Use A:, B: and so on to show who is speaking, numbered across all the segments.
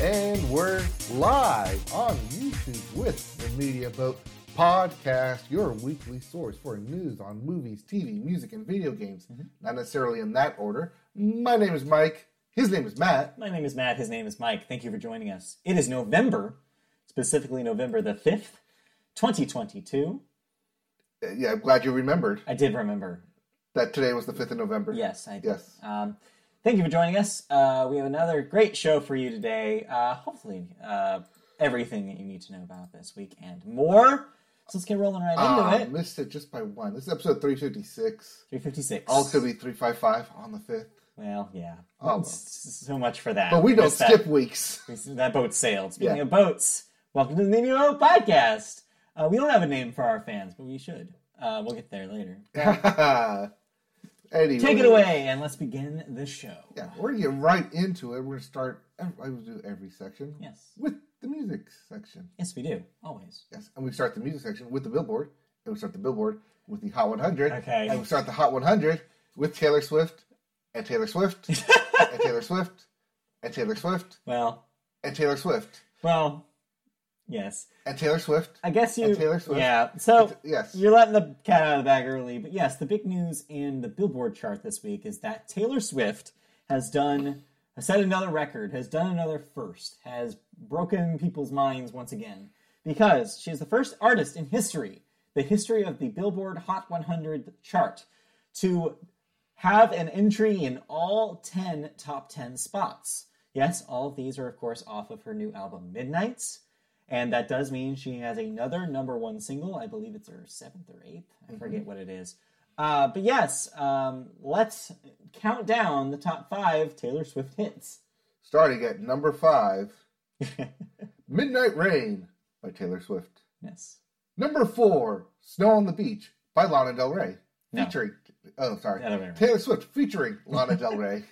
A: And we're live on YouTube with the Media Boat Podcast, your weekly source for news on movies, TV, music, and video games.
B: Mm-hmm.
A: Not necessarily in that order. My name is Mike. His name is Matt.
B: My name is Matt. His name is Mike. Thank you for joining us. It is November, specifically November the 5th, 2022.
A: Uh, Yeah, I'm glad you remembered
B: I did remember.
A: that today was the 5th of November.
B: Yes, I did.
A: Yes.
B: Um, thank you for joining us. Uh, we have another great show for you today. Uh, hopefully, uh, everything that you need to know about this week and more. So let's get rolling right
A: Ah,
B: into it.
A: missed it just by one. This is episode 356.
B: 356.
A: All could be 355 on the 5th.
B: Well, yeah.
A: Oh.
B: S- So much for that.
A: But we don't
B: Missed that.
A: skip weeks.
B: We- That boat sailed. Speaking
A: Yeah.
B: of boats, welcome to the Name Your Boat podcast. Uh, we don't have a name for our fans, but we should. Uh, we'll get there later.
A: anyway.
B: Take it away, and let's begin the show.
A: Yeah, we're gonna get right into it. We're gonna start. I will do every section
B: Yes.
A: with the music section.
B: Yes, we do. Always.
A: Yes, and we start the music section with the Billboard, and we start the Billboard with the Hot 100.
B: Okay.
A: and we start the Hot 100 with Taylor Swift and Taylor Swift and Taylor Swift and Taylor Swift
B: Well,
A: and Taylor Swift
B: well, yes.
A: and Taylor Swift.
B: I guess you.
A: And Taylor Swift.
B: Yeah. So
A: Yes,
B: you're letting the cat out of the bag early, but yes, the big news in the Billboard chart this week is that Taylor Swift has done has set another record, has done another first, has broken people's minds once again because she is the first artist in history, the history of the Billboard Hot 100 chart, to have an entry in all 10 top 10 spots. Yes, all of these are, of course, off of her new album, Midnights. And that does mean she has another number one single. I believe it's her seventh or eighth. I forget what it is. Uh, but yes, um, let's count down the top five Taylor Swift hits.
A: starting at number five, Midnight Rain by Taylor Swift.
B: Yes.
A: Number four, Snow on the Beach by Lana Del Rey.
B: No.
A: Featuring, oh, sorry.
B: The other way around.
A: Taylor Swift featuring Lana Del Rey.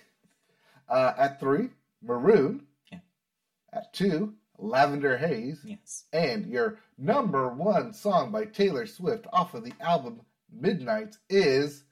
A: Uh, at three, Maroon.
B: Yeah.
A: At two, Lavender Haze.
B: Yes.
A: And your number one song by Taylor Swift off of the album Midnight is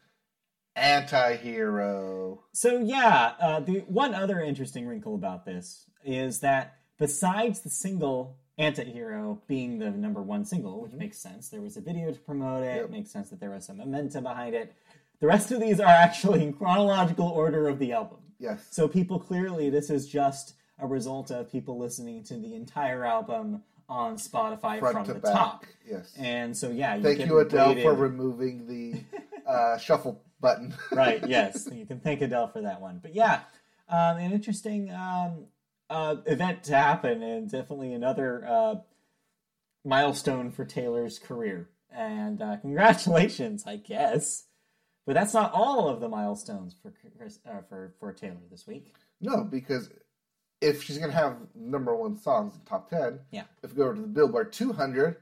A: Anti Hero.
B: So yeah, uh, the one other interesting wrinkle about this is that besides the single "Antihero" being the number one single, which makes sense, there was a video to promote it.
A: Yep.
B: It makes sense that there was some momentum behind it. The rest of these are actually in chronological order of the album.
A: Yes.
B: So people clearly, this is just a result of people listening to the entire album on Spotify from the top.
A: Yes.
B: And so yeah, you
A: Thank
B: get
A: you, Adele,
B: weighted-
A: for removing the uh, shuffle button.
B: right yes you can thank adele for that one but yeah um, an interesting um, uh, event to happen and definitely another uh, milestone for taylor's career and uh, congratulations i guess but that's not all of the milestones for Chris, uh, for for taylor this week
A: No, because if she's gonna have number one songs in top ten,
B: Yeah.
A: If we go over to the Billboard 200,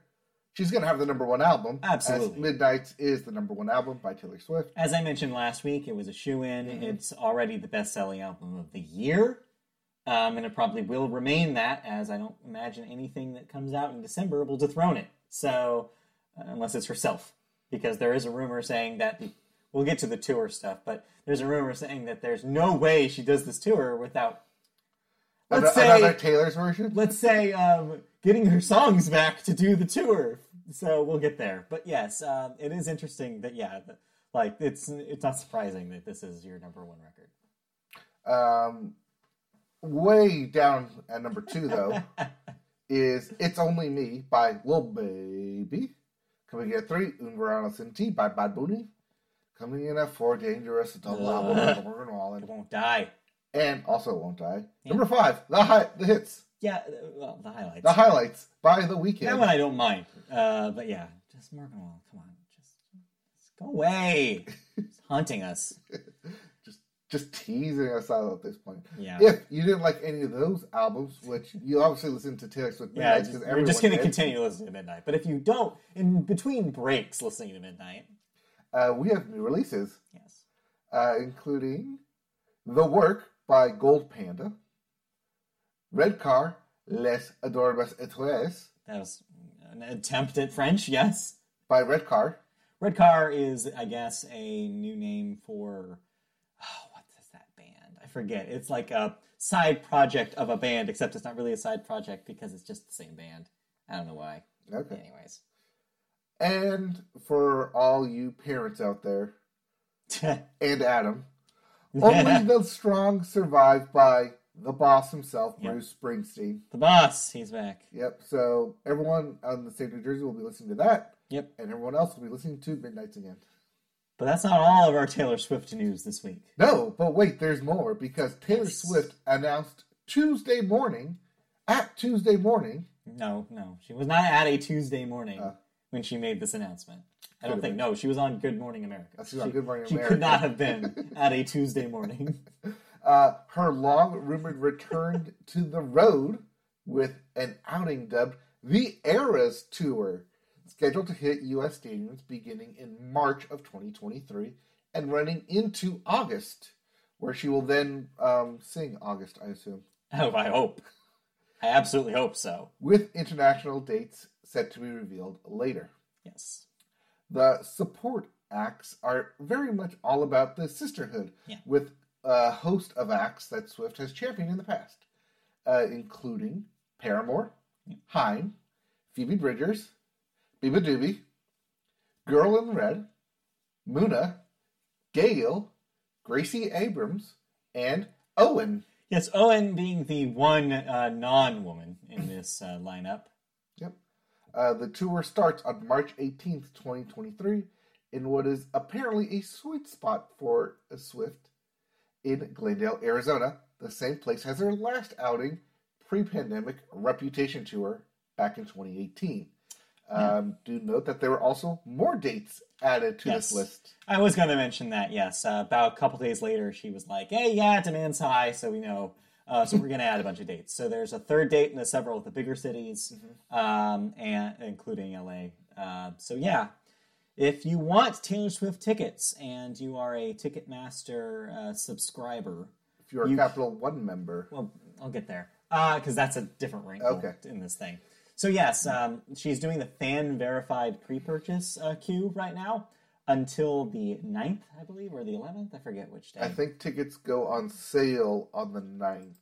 A: she's gonna have the number one album.
B: Absolutely.
A: As Midnight's is the number one album by Taylor Swift.
B: as i mentioned last week it was a shoe in
A: Mm-hmm.
B: it's already the best selling album of the year um, and it probably will remain that as i don't imagine anything that comes out in december will dethrone it so uh, unless it's herself, because there is a rumor saying that the, we'll get to the tour stuff, but there's a rumor saying that there's no way she does this tour without let's
A: Ano- another
B: say
A: Taylor's version.
B: let's say um, getting her songs back to do the tour. So we'll get there, but yes, um, it is interesting that yeah, that, like it's it's not surprising that this is your number one record.
A: Um, way down at number two though is "It's Only Me" by Lil Baby. Coming in at three, Un Verano Sin Ti by Bad Bunny. Coming in at four, "Dangerous" the Lava by Morgan
B: It
A: Wallen,
B: won't die.
A: and also "Won't I." Number five, the hi- the hits.
B: Yeah, uh, well, the highlights.
A: The highlights by the
B: That
A: weekend.
B: one I don't mind. Uh, but yeah, just Morgan Wall. Come on, just, just go away. It's haunting us.
A: Just teasing us out at this point.
B: Yeah.
A: If you didn't like any of those albums, which you obviously listen to Taylor Swift,
B: Yeah,
A: Midnights,
B: just-
A: 'cause
B: we're just going
A: everyone
B: to
A: did,
B: continue listening to Midnight. But if you don't, in between breaks listening to Midnight,
A: Uh, we have new releases,
B: yes.
A: uh, including "The Work" by Gold Panda, "Red Car," "Les Adorables Etres"
B: That was an attempt at French, yes.
A: by Red Car,
B: Red Car is, I guess, a new name for. Oh, what is that band? I forget. It's like a side project of a band, except it's not really a side project because it's just the same band. I don't know why.
A: Okay.
B: Anyways.
A: And for all you parents out there, and Adam, only
B: the
A: the strong survive by the boss himself,
B: Yeah.
A: Bruce Springsteen.
B: boss, he's back.
A: Yep. So everyone on the state of New Jersey will be listening to that,
B: Yep.
A: and everyone else will be listening to Midnight's Again.
B: But that's not all of our Taylor Swift news this week.
A: No, but wait, there's more because Taylor
B: Yes.
A: Swift announced Tuesday morning, at Tuesday morning,
B: No, no. She was not at a Tuesday morning
A: Oh.
B: when she made this announcement. I don't
A: Could've
B: think. No, she was on Good Morning America.
A: Oh, she was on Good Morning
B: she
A: America.
B: could not have been at a Tuesday morning.
A: uh, her long rumored return to the road with an outing dubbed the Eras Tour, scheduled to hit U.S. stadiums beginning in March of 2023 and running into August, where she will then um, sing August, I assume.
B: oh, I hope. I absolutely hope so.
A: with international dates set to be revealed later.
B: Yes.
A: The support acts are very much all about the sisterhood,
B: Yeah.
A: with a host of acts that Swift has championed in the past, uh, including Paramore, Heim, Phoebe Bridgers, Biba Doobie, Girl in Red, Muna, Gail, Gracie Abrams, and Owen.
B: Yes, Owen being the one uh, non woman in this uh, lineup.
A: Yep. Uh, the tour starts on March 18th, 2023, in what is apparently a sweet spot for Swift in Glendale, Arizona, the same place as her last outing pre pandemic reputation tour back in 2018. Um, Do note that there were also more dates added to
B: Yes.
A: this list.
B: I was going to mention that, yes. Uh, about a couple days later, she was like, hey, yeah, demand's high, so we know. Uh, so we're going to add a bunch of dates. So there's a third date and several of the bigger cities, um, and including LA. Uh, so yeah, if you want Taylor Swift tickets and you are a Ticketmaster uh, subscriber,
A: If you're a
B: You-
A: Capital One member,
B: well, I'll get there because that's a different wrinkle
A: Okay.
B: in this thing. So yes, um, she's doing the fan verified pre-purchase uh, queue right now until the 9th, I believe, or the eleventh. I forget which day.
A: I think tickets go on sale on the 9th.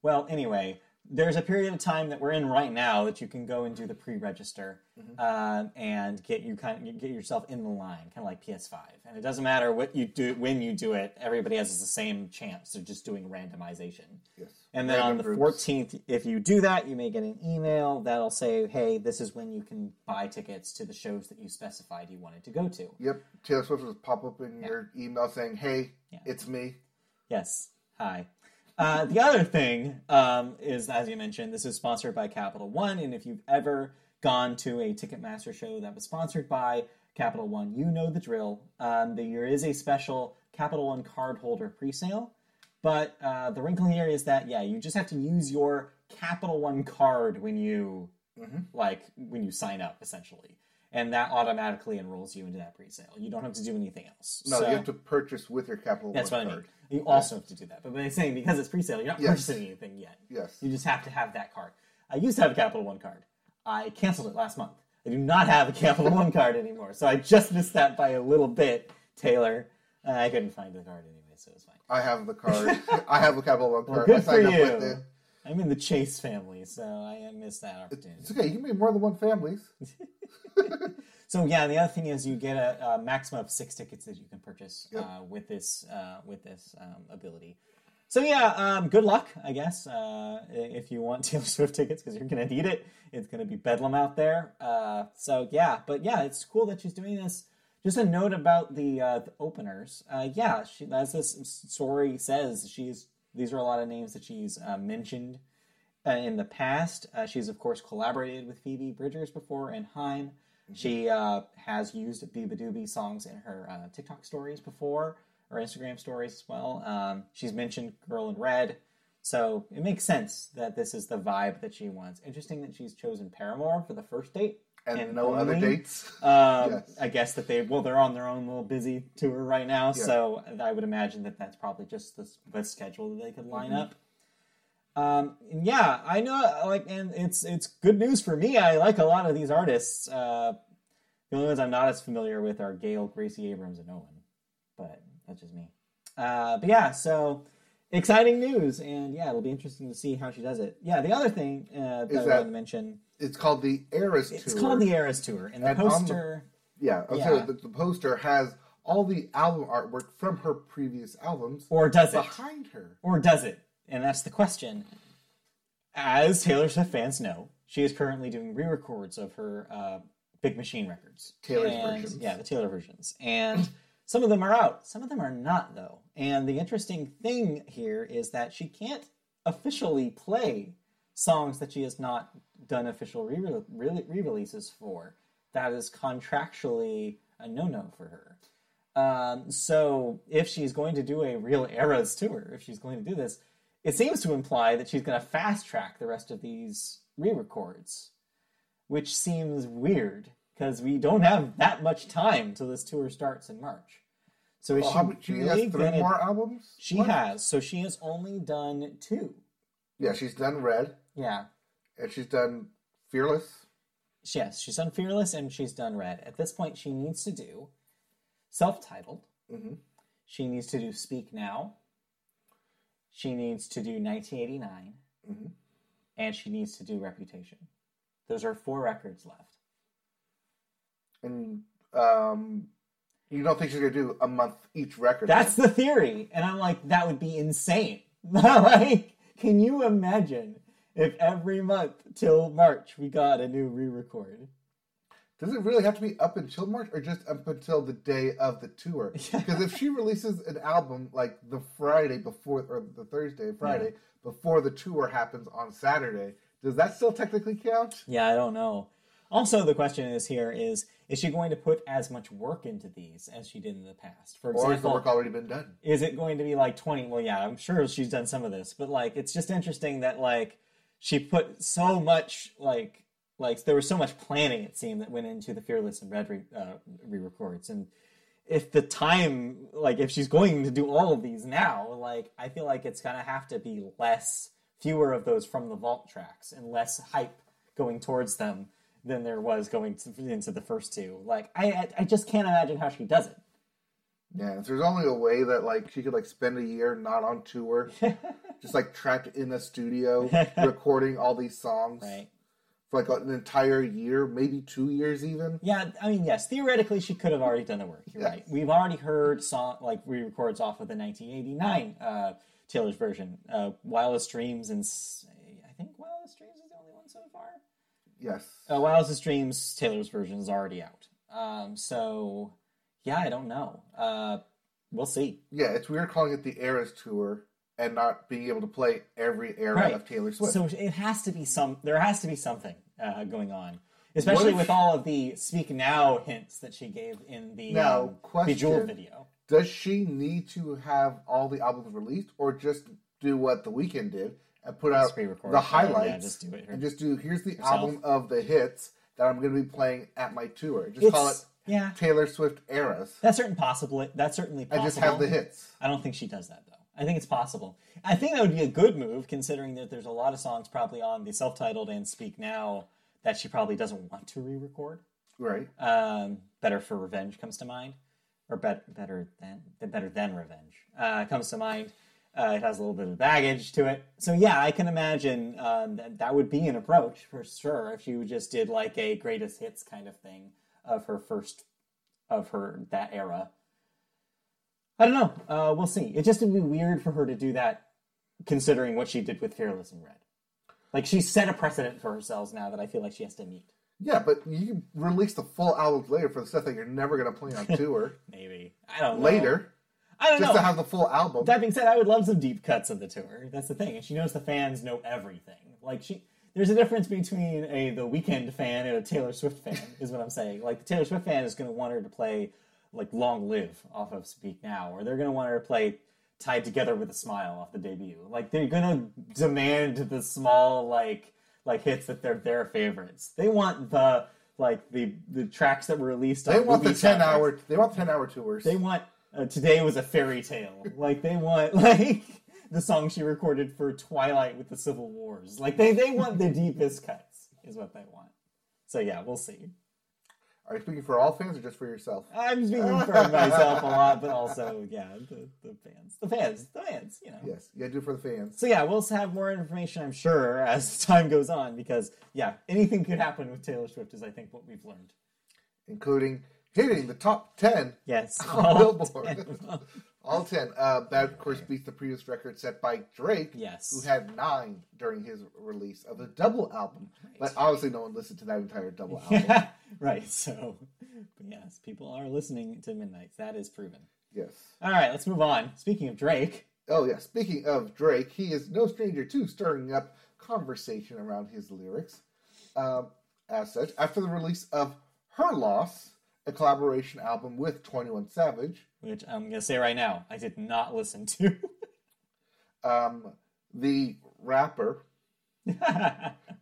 B: Well, anyway, there's a period of time that we're in right now that you can go and do the pre-register
A: Mm-hmm.
B: um, and get you kind of, get yourself in the line, kind of like PS5. And it doesn't matter what you do when you do it; everybody has the same chance. They're just doing randomization.
A: Yes.
B: And then
A: Random
B: on the
A: groups.
B: 14th, if you do that, you may get an email that'll say, hey, this is when you can buy tickets to the shows that you specified you wanted to go to.
A: Yep, Taylor Swift will pop up in your email saying, "Hey,
B: Yeah.
A: it's me."
B: Yes. Hi. Uh, the other thing um, is, as you mentioned, this is sponsored by Capital One. And if you've ever gone to a Ticketmaster show that was sponsored by Capital One, you know the drill. Um, there is a special Capital One cardholder presale. But uh, the wrinkle here is that, yeah, you just have to use your Capital One card when you
A: Mm-hmm.
B: like when you sign up, essentially. And that automatically enrolls you into that presale. You don't have to do anything else.
A: No,
B: So-
A: you have to purchase with your Capital
B: that's
A: One
B: what I mean.
A: card.
B: You also have to do that. But by saying because it's pre-sale, you're not
A: Yes.
B: purchasing anything yet.
A: Yes,
B: You just have to have that card. I used to have a Capital One card. I canceled it last month. I do not have a Capital One card anymore. So I just missed that by a little bit, Taylor. Uh, I couldn't find the card anyway, so it's fine.
A: I have the card. I have a Capital One card. I
B: Good for
A: signed up with
B: you.
A: it.
B: I'm in the Chase family, so I missed that opportunity.
A: It's okay. You can be more than one families.
B: So yeah, the other thing is you get a, a maximum of six tickets that you can purchase
A: Yep.
B: uh, with this uh, with this um, ability. So yeah, um, good luck, I guess, uh, if you want Taylor Swift tickets because you're gonna need it. It's gonna be bedlam out there. Uh, so yeah, but yeah, it's cool that she's doing this. Just a note about the, uh, the openers. Uh, yeah, she, as this story says, she's these are a lot of names that she's uh, mentioned uh, in the past. Uh, she's, of course, collaborated with Phoebe Bridgers before and Heim. She uh, has used Biba Doobie songs in her uh, TikTok stories before, or Instagram stories as well. Um, she's mentioned Girl in Red. So it makes sense that this is the vibe that she wants. Interesting that she's chosen Paramore for the first date.
A: And, no other
B: only.
A: dates.
B: Um,
A: Yes.
B: I guess that they well, they're on their own little busy tour right now, so I would imagine that that's probably just the, the schedule that they could line
A: Mm-hmm.
B: up. Um, and yeah, I know, like, and it's it's good news for me. I like a lot of these artists. Uh, the only ones I'm not as familiar with are Gail, Gracie Abrams, and Owen, but that's just me. Uh, but yeah, so exciting news, and yeah, it'll be interesting to see how she does it. Yeah, the other thing uh, that
A: Is
B: I
A: that-
B: wanted to mention
A: It's called the Eras Tour.
B: it's called the Eras Tour, and the
A: And on the-
B: poster.
A: yeah. I was
B: Yeah.
A: saying that the poster has all the album artwork from her previous albums
B: Or does it?
A: behind her.
B: Or does it? And that's the question. As Taylor Swift fans know, she is currently doing re records of her uh, Big Machine records.
A: Taylor's
B: And-
A: versions.
B: Yeah, the Taylor versions. And some of them are out, some of them are not, though. And the interesting thing here is that she can't officially play songs that she has not done official re releases for. That is contractually a no no for her. Um, so if she's going to do a real eras tour, if she's going to do this, it seems to imply that she's going to fast track the rest of these re-records, which seems weird because we don't have that much time till this tour starts in March. So is
A: Well,
B: she
A: Oh, how much? She
B: really
A: has three
B: gonna-
A: more albums.
B: She
A: left?
B: has. So she has only done two.
A: Yeah, she's done Red,
B: Yeah.
A: and she's done Fearless.
B: Yes, she's done Fearless and she's done Red. At this point, she needs to do self-titled.
A: hmm
B: She needs to do Speak Now. She needs to do 1989.
A: Mhm.
B: And she needs to do Reputation. Those are four records left.
A: And um, you don't think she's gonna do a month each record?
B: That's the theory. And I'm like, that would be insane. like, can you imagine if every month till March we got a new re record?
A: Does it really have to be up until March, or just up until the day of the tour? Because if she releases an album like the Friday before, or the Thursday, Friday before the tour happens on Saturday, does that still technically count?
B: Yeah, I don't know. Also, the question is here is is she going to put as much work into these as she did in the past? For
A: Or has the
B: example,
A: work already been done?
B: is it going to be like 20 well yeah i'm sure she's done some of this but like it's just interesting that like she put so much like like there was so much planning it seemed that went into the fearless and red re, uh, re-records and if the time like if she's going to do all of these now like i feel like it's gonna have to be less fewer of those from the vault tracks and less hype going towards them than there was going to, into the first two like I, I i just can't imagine how she does it
A: Yeah, if there's only a way that like she could like spend a year not on tour, just like trapped in a studio recording all these songs
B: right
A: for like an entire year, maybe two years even.
B: Yeah, I mean, yes, theoretically, she could have already done the work. You're
A: Yeah.
B: right. We've already heard song like re-records off of the 1989 uh, Taylor's version, uh, "Wildest Dreams," and s- I think "Wildest Dreams" is the only one so far.
A: Yes.
B: Uh, "Wildest Dreams" Taylor's version is already out. Um, so, yeah, I don't know. Uh, we'll see.
A: Yeah, it's weird calling it the Eras Tour and not being able to play every era
B: Right.
A: of Taylor Swift.
B: So it has to be some. There has to be something uh, going on, especially
A: if-
B: with all of the "Speak Now" hints that she gave in the
A: Now,
B: um,
A: question.
B: Bejeweled video.
A: Does she need to have all the albums released, or just do what The Weeknd did and put out
B: pre-record.
A: the
B: Yeah,
A: highlights
B: just do it her-
A: and just do here's the album of the hits that I'm going to be playing at my tour? Just call it
B: It's- yeah.
A: Taylor Swift Eras.
B: That's certain possible. That's certainly
A: I
B: possible.
A: just have the hits.
B: I don't think she does that though. I think it's possible. I think that would be a good move, considering that there's a lot of songs probably on the self-titled and Speak Now that she probably doesn't want to re-record.
A: Right.
B: Um, better for Revenge comes to mind, or bet- better than the better than Revenge uh, comes to mind. Uh, it has a little bit of baggage to it, so yeah, I can imagine um, that that would be an approach for sure if you just did like a greatest hits kind of thing of her first of her that era. I don't know. Uh, we'll see. It just would be weird for her to do that, considering what she did with Fearless and Red. Like she set a precedent for herself now that I feel like she has to meet.
A: Yeah, but you can release the full albums later for the stuff that you're never going to play on tour
B: Maybe I don't know.
A: later,
B: I don't
A: just
B: know.
A: to have the full album.
B: that being said, I would love some deep cuts of the tour. That's the thing, and she knows the fans know everything. Like she, there's a difference between a the Weekend fan and a Taylor Swift fan, is what I'm saying. Like the Taylor Swift fan is going to want her to play like "Long Live" off of "Speak Now," or they're going to want her to play "Tied Together with a Smile" off the debut. Like they're going to demand the small like like hits that they're their favorites. They want the like the the tracks that were released.
A: they
B: on
A: want the
B: movie
A: ten
B: soundtracks
A: hour. They want the ten hour tours.
B: they want uh, today was a fairy tale like they want like the song she recorded for twilight with the civil wars like they they want the deepest cuts is what they want so yeah we'll see
A: Are you speaking for all fans or just for yourself?
B: I'm speaking for myself a lot, but also, yeah, the, the fans. The fans. The fans, you know.
A: Yes, you gotta do it for the fans.
B: So, yeah, we'll have more information, I'm sure, as time goes on, because, yeah, anything could happen with Taylor Swift, is I think what we've learned.
A: Including hitting the top 10
B: Yes.
A: on Billboard.
B: Damn.
A: all 10. Uh, that, of course, beats the previous record set by Drake, who
B: yes.
A: had nine during his release of the double album. But obviously, no one listened to that entire double album.
B: right, so, but yes, people are listening to Midnight. That is proven.
A: yes.
B: All right, let's move on. Speaking of Drake,
A: Oh, yeah. Speaking of Drake, he is no stranger to stirring up conversation around his lyrics. Um, as such, after the release of Her Loss, a collaboration album with 21 Savage,
B: which I'm going to say right now, I did not listen to.
A: um, the rapper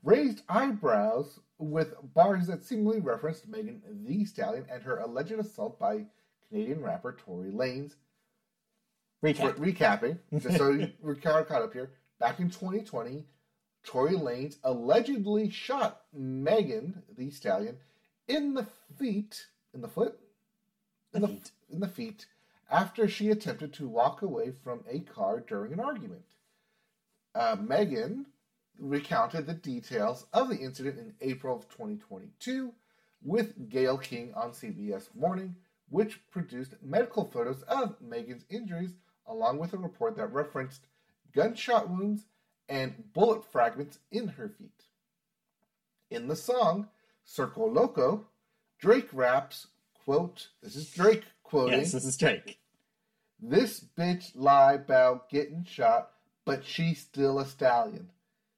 A: raised eyebrows with bars that seemingly referenced Megan the Stallion and her alleged assault by Canadian rapper Tory Lanez. For
B: Recap.
A: recapping, just so you- we're kind of caught up here, back in 2020, Tory Lanez allegedly shot Megan the Stallion in the feet, in the foot, in the,
B: The feet.
A: in the feet, after she attempted to walk away from a car during an argument. Uh, Megan recounted the details of the incident in April of 2022 with Gail King on CBS Morning, which produced medical photos of Megan's injuries, along with a report that referenced gunshot wounds and bullet fragments in her feet. In the song Circo Loco, Drake raps, quote, this is Drake quoting,
B: Yes, this is Drake.
A: this bitch lie about getting shot, but she's still a stallion.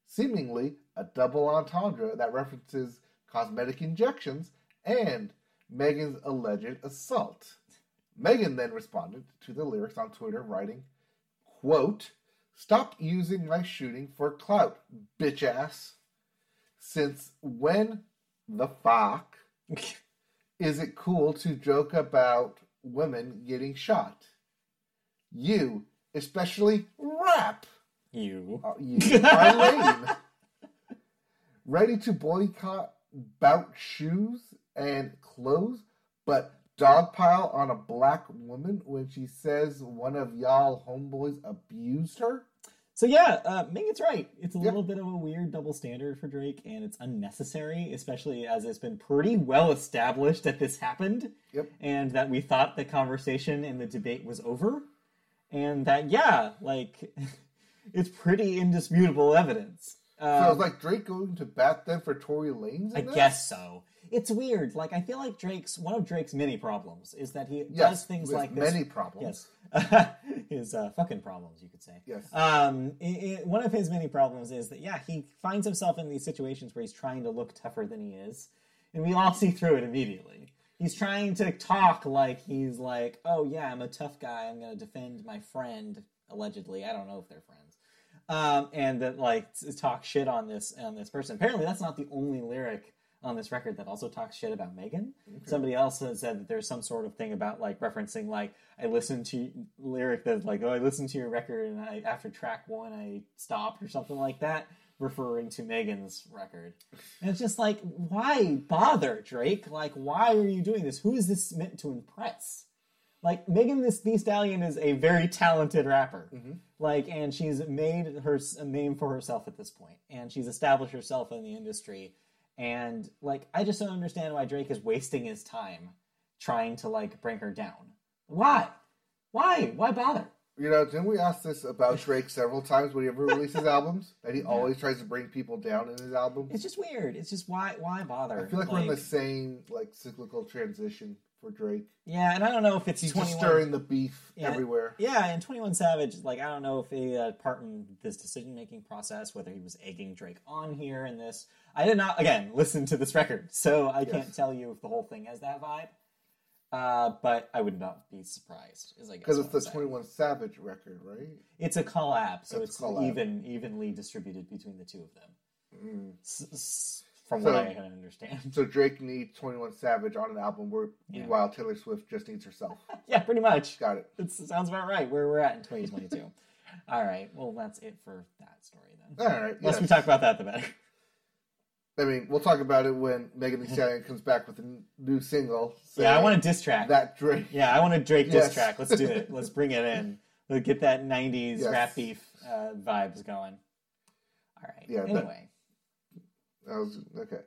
A: Seemingly a double entendre that references cosmetic injections and Megan's alleged assault. Megan then responded to the lyrics on Twitter, writing, quote, Stop using my shooting for clout, bitch ass. Since when the fuck is it cool to joke about women getting shot? You, especially rap,
B: you.
A: are- you are lame. Ready to boycott bout shoes and clothes, but dogpile on a black woman when she says one of y'all homeboys abused her?
B: So yeah, uh, Megan's right. It's a
A: Yeah.
B: little bit of a weird double standard for Drake, and it's unnecessary, especially as it's been pretty well established that this happened,
A: Yep.
B: and that we thought the conversation and the debate was over, and that yeah, like it's pretty indisputable evidence.
A: So I
B: Um,
A: was like, Drake going to bat then for Tory Lanez? in
B: I
A: this?
B: guess so. It's weird. Like I feel like Drake's one of Drake's many problems is that he
A: Yes,
B: does things
A: with
B: like this
A: many problems.
B: Yes. his uh, fucking problems, you could say.
A: Yes.
B: Um, i i one of his many problems is that, yeah, he finds himself in these situations where he's trying to look tougher than he is. And we all see through it immediately. He's trying to talk like he's like, oh, yeah, I'm a tough guy. I'm going to defend my friend, allegedly. I don't know if they're friends. Um, and that like t- talk shit on this on this person. Apparently, that's not the only lyric on this record that also talks shit about Megan. Somebody else has said that there's some sort of thing about like referencing like I listened to lyric that's like oh I listened to your record and I after track one I stopped or something like that, referring to Megan's record. And it's just like why bother Drake? Like why are you doing this? Who is this meant to impress? Like Megan this the Stallion is a very talented rapper.
A: Mm-hmm.
B: Like and she's made her s- a name for herself at this point and she's established herself in the industry and like I just don't understand why Drake is wasting his time trying to like bring her down. Why? Why? Why bother?
A: You know, didn't we ask this about Drake several times when he ever releases albums? That he always tries to bring people down in his albums?
B: It's just weird. It's just why why bother?
A: I feel like, we're in the same like cyclical transition for Drake.
B: Yeah, and I don't know if it's
A: He's
B: twenty
A: just
B: one.
A: stirring the beef
B: Yeah.
A: everywhere.
B: Yeah, and Twenty One Savage, like I don't know if he had part in this decision making process, whether he was egging Drake on here in this. I did not again listen to this record, so I can't
A: Yes.
B: tell you if the whole thing has that vibe. Uh, but I would not be surprised. Is I guess
A: Because
B: what
A: it's
B: I'm
A: the
B: saying.
A: Twenty One Savage record, right?
B: It's a collab, so
A: It's
B: it's
A: a collab.
B: even evenly distributed between the two of them.
A: Mm.
B: S- s- from
A: So-
B: what I can understand.
A: So Drake needs Twenty One Savage on an album, where
B: Yeah.
A: meanwhile Taylor Swift just needs herself.
B: yeah, pretty much.
A: Got it.
B: It sounds about right where we're at in 2022. All right, well that's it for that story then.
A: All right.
B: Unless we
A: Uh, yes.
B: talk about that, the better.
A: I mean, we'll talk about it when Megan Thee Stallion comes back with a n- new single.
B: Yeah, I
A: saying
B: want a diss track.
A: that Drake.
B: Yeah, I want a Drake
A: Yes.
B: diss track. Let's do it. Let's bring it in. Let's get that '90s
A: Yes.
B: rap beef uh, vibes going. All right.
A: Yeah, that-
B: anyway.
A: I was okay.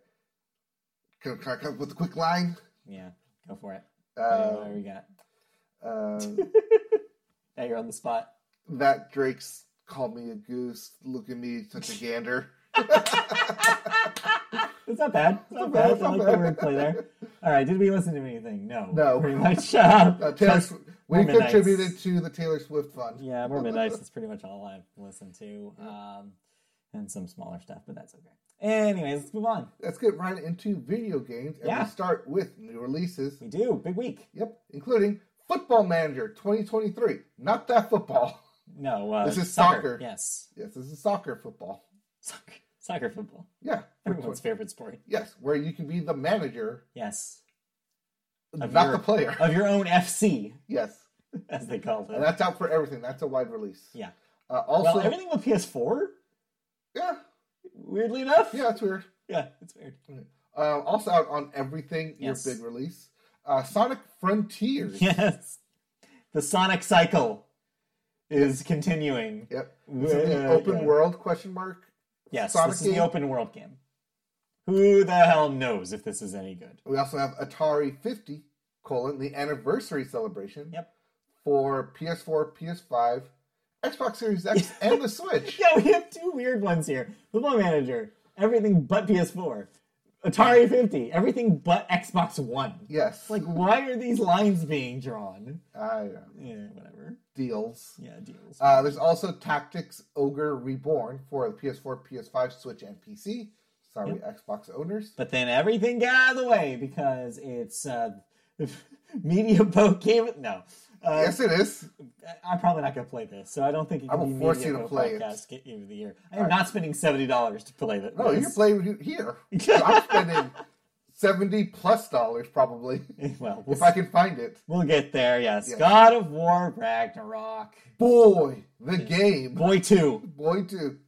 A: Can, can I come up with a quick line?
B: Yeah. Go for it. what do
A: Um,
B: we got?
A: um,
B: Now you're on the spot.
A: that Drake's "Call Me a Goose, Look at Me, Such a Gander."
B: It's not bad. It's not bad.
A: bad, it's
B: I
A: not
B: like
A: bad.
B: the wordplay there. All right. Did we listen to anything? No.
A: No.
B: Pretty much. Uh,
A: Uh, Taylor,
B: just-
A: Swi- we
B: Mormon Knights.
A: contributed to the Taylor Swift Fund.
B: yeah, Mormon Nights is pretty much all I've listened to,
A: Mm-hmm.
B: um, and some smaller stuff, but that's okay. Anyways, let's move on.
A: Let's get right into video games, and
B: Yeah.
A: we start with new releases.
B: We do big week.
A: Yep, including Football Manager 2023. Not that football.
B: No, uh,
A: This is soccer.
B: Yes,
A: Yes, this is soccer football.
B: soccer, soccer football.
A: Yeah.
B: Everyone's favorite sport.
A: Yes, where you can be the manager,
B: Yes, Of
A: not
B: your-
A: the player.
B: of your own FC,
A: Yes,
B: as they call
A: and
B: it.
A: that's out for everything. That's a wide release.
B: Yeah.
A: Uh, also,
B: Well, everything with PS4.
A: yeah,
B: Weirdly enough.
A: yeah, that's weird.
B: Yeah, it's weird.
A: Uh, also out on everything.
B: Yes.
A: Your big release, uh, Sonic Frontiers.
B: Yes, the Sonic cycle is continuing.
A: Yep. This is the
B: Uh,
A: open
B: yeah.
A: world question mark.
B: Yes,
A: Sonic
B: this is the
A: game.
B: open world game. Who the hell knows if this is any good?
A: We also have Atari 50 colon the anniversary celebration.
B: Yep.
A: For PS4, PS5, Xbox Series X, and the Switch.
B: Yeah, we have two weird ones here. Football Manager, everything but PS4. Atari 50, everything but Xbox One.
A: Yes.
B: Like, why are these lines being drawn?
A: I know.
B: Yeah, whatever.
A: deals.
B: Yeah, deals.
A: Uh, there's also Tactics Ogre Reborn for the PS4, PS5, Switch, and PC. Sorry, Xbox owners.
B: But then everything got out of the way because it's uh, Media Boat gave it. No. Uh,
A: yes, it is.
B: I'm probably not going to play this, so I don't think it can
A: will
B: be
A: force
B: Media
A: you to
B: Boat
A: play it.
B: Podcast Get Game of the Year. I am not spending $70 to play that.
A: No, you can play it here. I'm spending 70 plus dollars probably
B: well, we'll,
A: if I can find it.
B: we'll get there, yes.
A: Yes.
B: God of War Ragnarok.
A: Boy, the game.
B: Boy 2.
A: Boy, too.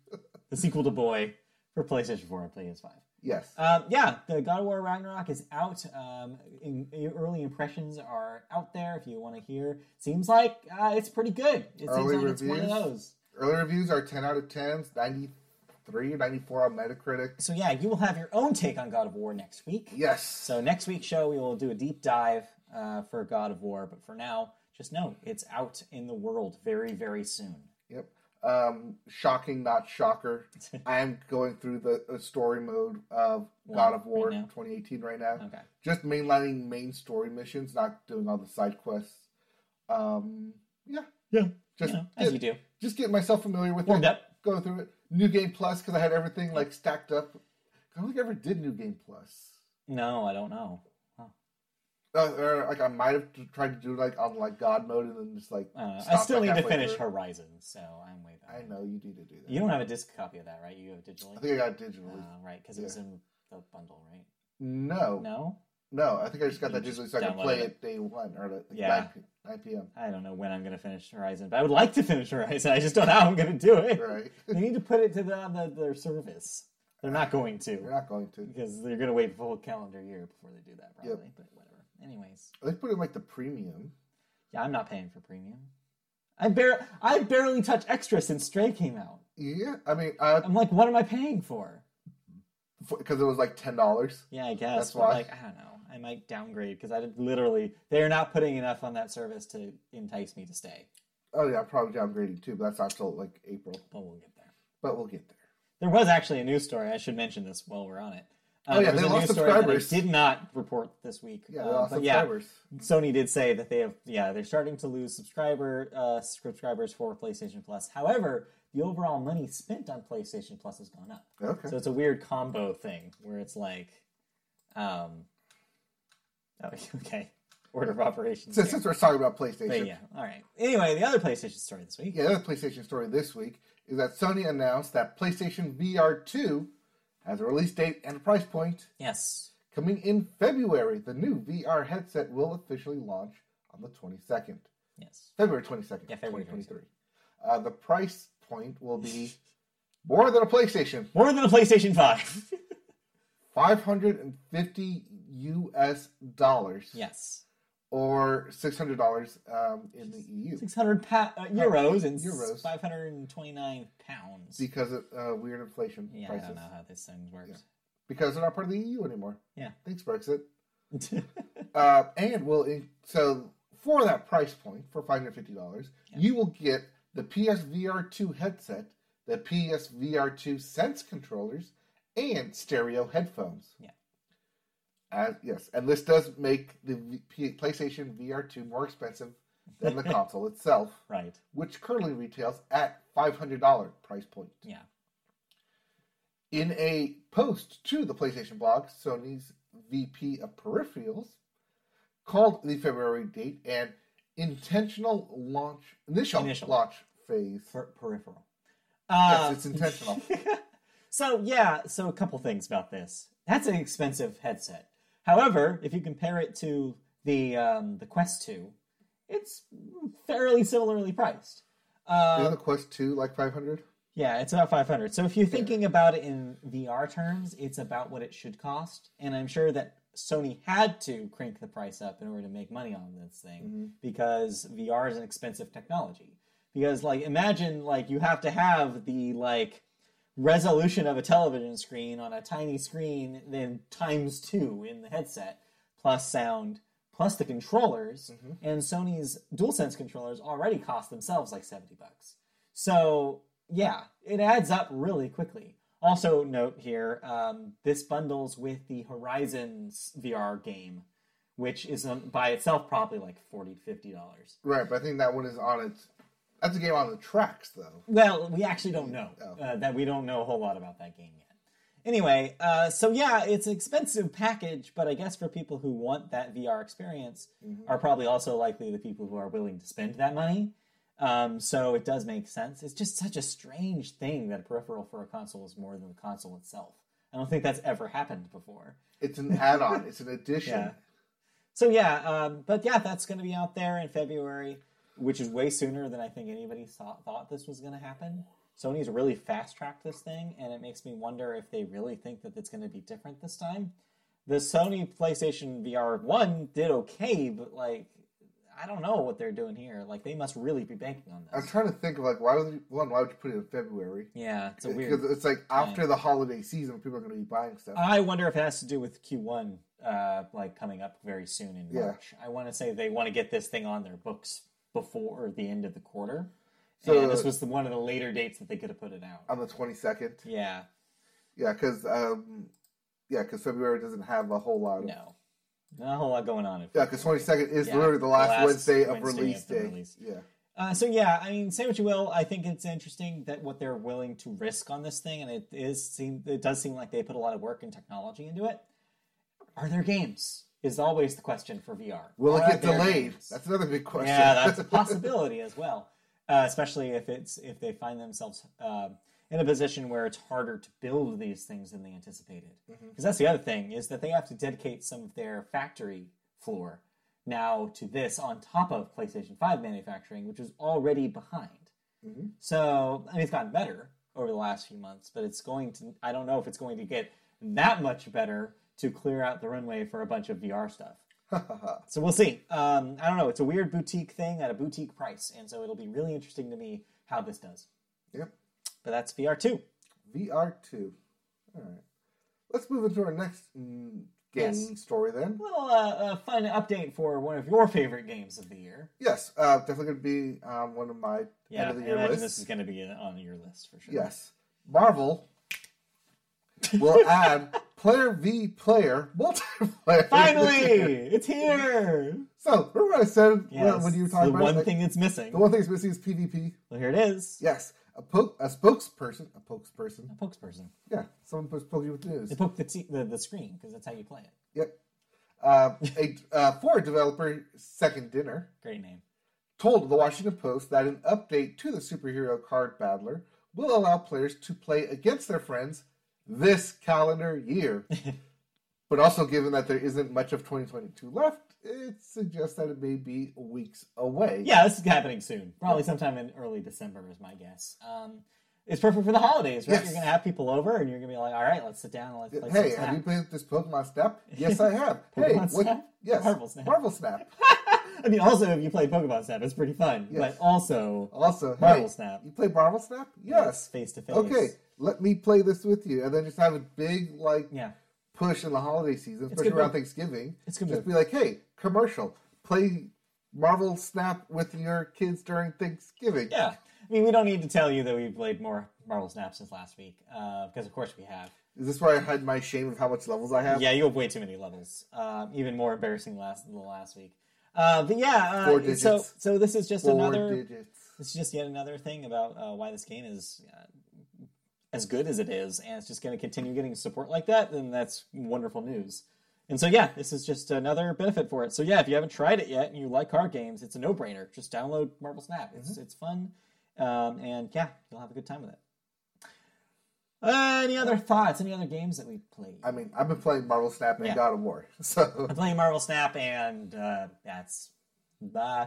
B: the sequel to Boy for PlayStation 4 and PlayStation 5.
A: Yes.
B: Um, yeah, the God of War Ragnarok is out. Um, in, in- early impressions are out there if you want to hear. Seems like uh, it's pretty good. It seems
A: Early
B: like it's one of
A: reviews?
B: those.
A: Early reviews are 10 out of 10s, 93, 94 on Metacritic.
B: So yeah, you will have your own take on God of War next week.
A: Yes.
B: So next week's show, we will do a deep dive uh, for God of War. But for now, just know it's out in the world very, very soon.
A: Yep. Um, shocking, not shocker. I am going through the uh, story mode of God of War
B: right now.
A: 2018 right now.
B: Okay.
A: Just mainlining main story missions, not doing all the side quests. Um, yeah.
B: Yeah.
A: Just
B: as you
A: get,
B: do.
A: just get myself familiar with
B: Warmed
A: it.
B: up.
A: Go through it. New Game Plus because I had everything like stacked up. I don't think I ever did New Game Plus.
B: No, I don't know.
A: Uh, or, like I might have tried to do like on like God mode and then just like
B: Uh, I
A: stopped,
B: still
A: like,
B: need to
A: halfway
B: finish
A: through.
B: Horizon, so I'm way behind.
A: I know you need to do that.
B: You don't have a disc copy of that, right? You have it digitally.
A: I think I got it digitally.
B: Uh, right, because it was in the bundle, right?
A: no, no,
B: No,
A: I think I just got
B: You
A: that
B: just
A: digitally so I could play
B: downloaded
A: it day one or like
B: Yeah.
A: 9, p- 9 p.m.
B: I don't know when I'm going to finish Horizon, but I would like to finish Horizon. I just don't know how I'm going to do it.
A: Right,
B: They need to put it to the, on the, their service. They're not going
A: we're
B: to
A: not going to.
B: because they're going to wait the whole calendar year before they do that, probably. But whatever. Anyways,
A: They put in like the premium.
B: yeah, I'm not paying for premium. I bar- I barely touch extra since Stray came out.
A: Yeah, I mean, uh,
B: I'm like, what am I paying for?
A: because it was like ten dollars.
B: Yeah, I guess.
A: That's
B: but
A: why.
B: like, I don't know. I might downgrade because I did- literally they're not putting enough on that service to entice me to stay.
A: Oh yeah, I'm probably downgrading too, but that's not till like April.
B: But we'll get there.
A: But we'll get there.
B: There was actually a news story. I should mention this while we're on it. Um,
A: Oh, yeah,
B: there was
A: they
B: a
A: lost
B: news story that I
A: subscribers.
B: did not report this week.
A: Yeah,
B: Um,
A: they lost
B: but yeah,
A: subscribers.
B: Sony did say that they have. Yeah, they're starting to lose subscriber uh, subscribers for PlayStation Plus. However, the overall money spent on PlayStation Plus has gone up.
A: Okay.
B: So it's a weird combo thing where it's like, um, oh, okay, order of operations.
A: So,
B: there.
A: since we're talking about
B: But
A: PlayStation,
B: yeah, all right. Anyway, the other PlayStation story this week.
A: Yeah, the other PlayStation story this week is that Sony announced that PlayStation VR 2 has a release date and a price point.
B: Yes,
A: Coming in February, the new VR headset will officially launch on the 22nd.
B: yes,
A: February 22nd,
B: Yeah, February
A: 2023. Uh, the price point will be more than a PlayStation,
B: more than a PlayStation Five.
A: 550 US dollars
B: Yes.
A: or $600 um, in the EU
B: 600 pa- uh, euros and
A: Euros.
B: 529 pounds.
A: because of uh, weird inflation
B: yeah, I
A: prices.
B: don't know how this thing works.
A: Because they're not part of the EU anymore.
B: Yeah.
A: Thanks, Brexit. Uh, and will in- so for that price point for five hundred fifty dollars,
B: Yeah.
A: you will get the PSVR two headset, the PSVR two Sense controllers, and stereo headphones.
B: Yeah.
A: As, yes, and this does make the v- P- PlayStation VR two more expensive than the console itself,
B: right.
A: which currently retails at five hundred dollar price point.
B: Yeah.
A: In a post to the PlayStation blog, Sony's VP of Peripherals called the February date an intentional launch, initial,
B: Initial.
A: launch phase.
B: Per- peripheral.
A: Yes,
B: Um,
A: it's intentional.
B: so yeah, so a couple things about this. That's an expensive headset. However, if you compare it to the um, the Quest Two, it's fairly similarly priced.
A: Isn't
B: Uh,
A: the Quest 2 like 500?
B: yeah, it's about five hundred. So if you're thinking about it in VR terms, it's about what it should cost. And I'm sure that Sony had to crank the price up in order to make money on this thing because VR is an expensive technology. Because like imagine like you have to have the like resolution of a television screen on a tiny screen then times 2 in the headset plus sound plus the controllers and Sony's DualSense controllers already cost themselves like 70 bucks. So, yeah, it adds up really quickly. Also, note here, um, this bundles with the Horizons VR game, which is um, by itself probably like 40 to 50 dollars.
A: Right, but I think that one is on its. That's a game on the tracks, though.
B: Well, we actually don't know
A: Oh.
B: uh, that we don't know a whole lot about that game yet. Anyway, uh, so yeah, it's an expensive package, but I guess for people who want that VR experience are probably also likely the people who are willing to spend that money. Um, so it does make sense. It's just such a strange thing that a peripheral for a console is more than the console itself. I don't think that's ever happened before.
A: It's an add on, it's an addition.
B: Yeah. So yeah, um, but yeah, that's going to be out there in February, which is way sooner than I think anybody thought, thought this was going to happen. Sony's really fast tracked this thing, and it makes me wonder if they really think that it's going to be different this time. The Sony PlayStation VR one did okay, but like, I don't know what they're doing here. Like, they must really be banking on
A: I'm
B: this.
A: trying to think of like why would you, one why would you put it in February?
B: Yeah, it's a
A: Because
B: weird.
A: it's like after the holiday season, people are going to be buying stuff.
B: I wonder if it has to do with Q one, uh, like coming up very soon in
A: Yeah.
B: March. I want to say they want to get this thing on their books before the end of the quarter.
A: So-
B: and this was the, one of the later dates that they could have put it out.
A: on the 22nd.
B: Yeah,
A: Yeah, because um, yeah, 'cause February doesn't have a whole lot of. Yeah,
B: no, not a whole lot going on. in
A: 'cause twenty second is
B: Yeah,
A: literally the
B: the
A: last,
B: last
A: Wednesday of
B: Wednesday
A: release
B: of the
A: day.
B: release.
A: Yeah,
B: Uh, so yeah, I mean, say what you will. I think it's interesting that what they're willing to risk on this thing, and it is seem it does seem like they put a lot of work and technology into it. Are there games? Is always the question for VR.
A: will
B: Are
A: it get
B: there
A: delayed?
B: games?
A: That's another big question.
B: Yeah, that's a possibility as well. Uh, especially if it's if they find themselves um in a position where it's harder to build these things than they anticipated. Because that's the other thing is that they have to dedicate some of their factory floor now to this on top of PlayStation Five manufacturing, which is already behind.
A: Mhm.
B: So I mean, it's gotten better over the last few months, but it's going to. I don't know if it's going to get that much better to clear out the runway for a bunch of VR stuff. So we'll see. Um, I don't know. It's a weird boutique thing at a boutique price, and so it'll be really interesting to me how this does.
A: Yep.
B: But that's VR two.
A: VR two. All right, let's move into our next mm, game
B: Yes.
A: story then.
B: Little uh, uh, fun update for one of your favorite games of the year.
A: Yes, uh, definitely going to be um, one of my
B: Yeah,
A: end
B: I
A: of the year
B: imagine
A: lists.
B: this is going to be on your list for sure.
A: Yes, Marvel will add player v player multiplayer.
B: Finally, it's here.
A: So remember what I said
B: Yes,
A: when, when you were
B: it's
A: talking
B: the
A: about
B: one
A: it? Like,
B: thing that's missing.
A: The one thing that's missing is PvP.
B: Well, here it is.
A: Yes, a po- a spokesperson, a spokesperson.
B: A pokesperson.
A: Yeah, someone puts poke you with news.
B: They poke the, t- the the screen because that's how you play it.
A: Yep. Um a uh, for developer second dinner
B: Great name.
A: told the Washington Post that an update to the superhero card battler will allow players to play against their friends this calendar year. but also, given that there isn't much of 2022 left, it suggests that it may be weeks away.
B: Yeah, this is happening soon. Probably sometime in early December is my guess. Um, It's perfect for the holidays, right?
A: Yes.
B: You're going to have people over, and you're going to be like, "All right, let's sit down and let's play
A: Hey,
B: some
A: have you
B: Snap."
A: played this Pokemon Snap? Yes, I have. hey,
B: Pokemon Snap?
A: Yes,
B: Marvel Snap.
A: Marvel Snap.
B: I mean, also if you play Pokemon Snap, it's pretty fun.
A: Yes.
B: But also,
A: Also, hey,
B: Marvel Snap.
A: You play Marvel Snap? Yes.
B: face to face.
A: Okay, let me play this with you, and then just have a big like
B: Yeah.
A: push in the holiday season,
B: a
A: especially
B: good
A: around
B: move.
A: Thanksgiving.
B: It's a good
A: Just be
B: move.
A: like, hey, commercial, play Marvel Snap with your kids during Thanksgiving.
B: Yeah. I mean, we don't need to tell you that we've played more Marvel Snap since last week, uh, because of course we have.
A: Is this where I hide my shame of how much levels I have?
B: Yeah, you have way too many levels. Um, even more embarrassing last than the last week. Uh, but yeah, uh,
A: Four
B: so
A: digits.
B: so this is just
A: Four
B: another.
A: digits.
B: This is just yet another thing about uh, why this game is uh, as good as it is, and it's just going to continue getting support like that. Then that's wonderful news. And so yeah, this is just another benefit for it. So yeah, if you haven't tried it yet and you like card games, it's a no-brainer. Just download Marvel Snap. It's
A: Mm-hmm.
B: it's fun, um, and yeah, you'll have a good time with it. Uh, any other thoughts? Any other games that we played?
A: I mean, I've been playing Marvel Snap and
B: Yeah.
A: God of War, so
B: I'm playing Marvel Snap, and uh, that's uh,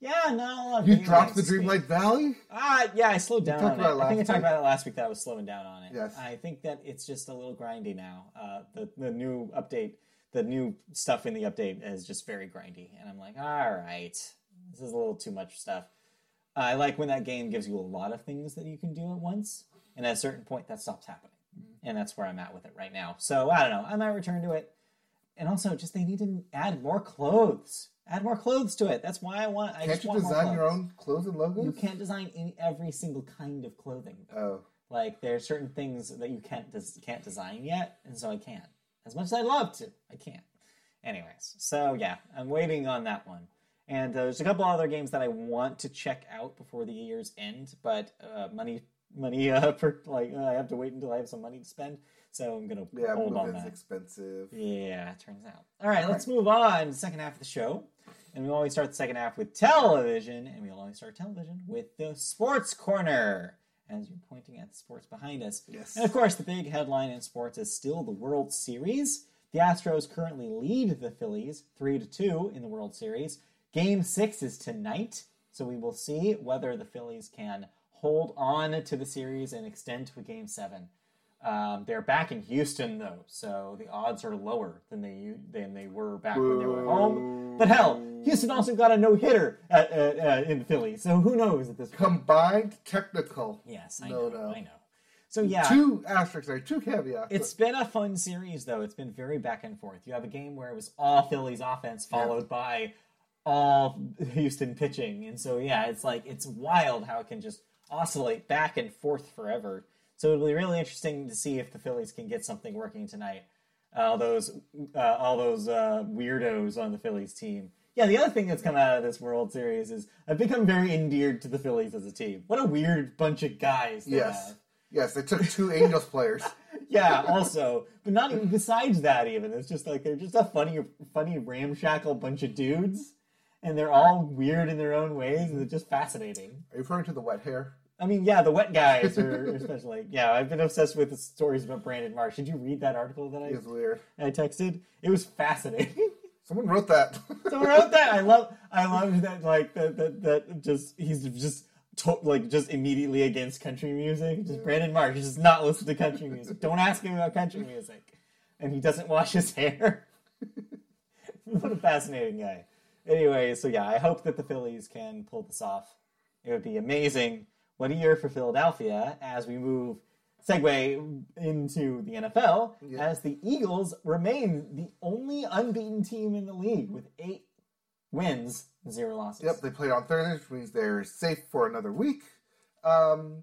B: yeah, not a lot. Of
A: you
B: video
A: dropped
B: games
A: the
B: this week.
A: Dreamlight Valley.
B: Ah, yeah, I slowed down
A: talked
B: on it.
A: about it
B: I think I
A: last
B: talked
A: week.
B: about it last week that I was slowing down on it.
A: Yes.
B: I think that it's just a little grindy now. Uh, the the new update, the new stuff in the update is just very grindy, and I'm like, all right, this is a little too much stuff. I like when that game gives you a lot of things that you can do at once, and at a certain point, that stops happening,
A: Mm-hmm.
B: and that's where I'm at with it right now. So I don't know. I might return to it, and also just they need to add more clothes. Add more clothes to it. That's why I want. I
A: Can't
B: just
A: you
B: want more
A: design your
B: clothes.
A: own clothes and logos?
B: You can't design any, every single kind of clothing.
A: Oh,
B: though. Like there are certain things that you can't des- can't design yet, and so I can't. As much as I'd love to, I can't. Anyways, so yeah, I'm waiting on that one. And uh, there's a couple other games that I want to check out before the year's end, but uh, money money uh, for like uh, I have to wait until I have some money to spend, so I'm gonna
A: yeah,
B: hold on
A: moving's
B: that.
A: expensive.
B: Yeah, it turns out. All right, let's move on to the second half of the show. And we always start the second half with television, and we always start television with the sports corner. As you're pointing at the sports behind us.
A: Yes.
B: And of course, the big headline in sports is still the World Series. The Astros currently lead the Phillies 3 to 2 in the World Series. Game 6 is tonight, so we will see whether the Phillies can hold on to the series and extend to a game 7. Um, they're back in Houston though, so the odds are lower than they u- than they were back when they were home. But hell, Houston also got a no hitter uh, uh, uh, in Philly, so who knows at this point?
A: Combined technical.
B: Yes, I
A: No,
B: know,
A: no.
B: I know. So yeah,
A: Two asterisks there, two caveats.
B: it's been a fun series though. It's been very back and forth. You have a game where it was all Phillies offense followed by all Houston pitching, and so yeah, it's like it's wild how it can just oscillate back and forth forever. So it'll be really interesting to see if the Phillies can get something working tonight. all those uh, all those uh, weirdos on the Phillies team. Yeah, the other thing that's come out of this World Series is I've become very endeared to the Phillies as a team. What a weird bunch of guys they
A: yes.
B: have.
A: Yes, they took two Angels players.
B: Yeah, also, but not even besides that. Even it's just like they're just a funny, funny ramshackle bunch of dudes, and they're all weird in their own ways, and it's just fascinating.
A: Are you referring to the wet hair?
B: I mean, yeah, the wet guys are especially. Yeah, I've been obsessed with the stories about Brandon Marsh. Did you read that article that
A: It was
B: I
A: weird.
B: I texted? It was fascinating.
A: Someone wrote that.
B: So wrote that. I love. I loved that. Like that. That. That. Just he's just to, like just immediately against country music. Just Brandon Marsh he does not listen to country music. Don't ask him about country music, and he doesn't wash his hair. what a fascinating guy. Anyway, so yeah, I hope that the Phillies can pull this off. It would be amazing. What a year for Philadelphia as we move segue into the NFL as the Eagles remain the only unbeaten team in the league with eight wins, zero losses.
A: yep, they played on Thursday, which means they're safe for another week. Um,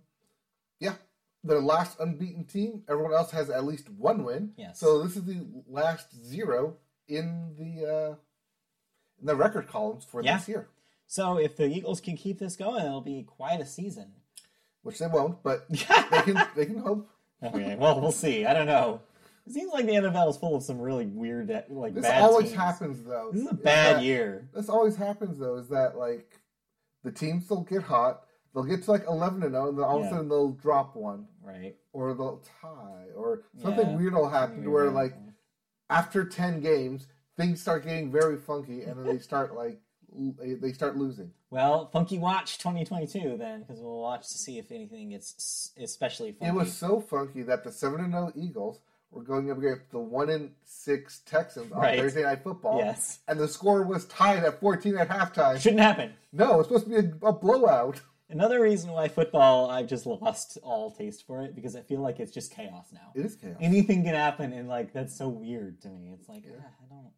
A: yeah, their last unbeaten team. Everyone else has at least one win.
B: Yes.
A: So this is the last zero in the uh, in the record columns for
B: Yeah.
A: this year,
B: So if the Eagles can keep this going, it'll be quite a season.
A: which they won't, but they can they can hope.
B: Okay, well we'll see. I don't know. It seems like the NFL is full of some really weird, like
A: This
B: bad.
A: always
B: teams.
A: happens though.
B: This is a bad
A: that-
B: year.
A: This always happens though, is that like the teams will get hot, they'll get to like eleven and zero, and then all of
B: Yeah.
A: a sudden they'll drop one,
B: Right.
A: or they'll tie, or something
B: Yeah.
A: weird will happen to where
B: Weird.
A: like after ten games things start getting very funky, and then they start like they- they start losing.
B: Well, Funky Watch 2022 then, because we'll watch to see if anything gets s- especially funky.
A: It was so funky that the seven and zero Eagles were going up against the one and six Texans on
B: Right.
A: Thursday Night Football,
B: yes.
A: and the score was tied at fourteen at halftime.
B: Shouldn't happen.
A: No, it's supposed to be a, a blowout.
B: Another reason why football, I've just lost all taste for it because I feel like it's just chaos now.
A: It is chaos.
B: Anything can happen, and like that's so weird to me. It's like ah, I don't,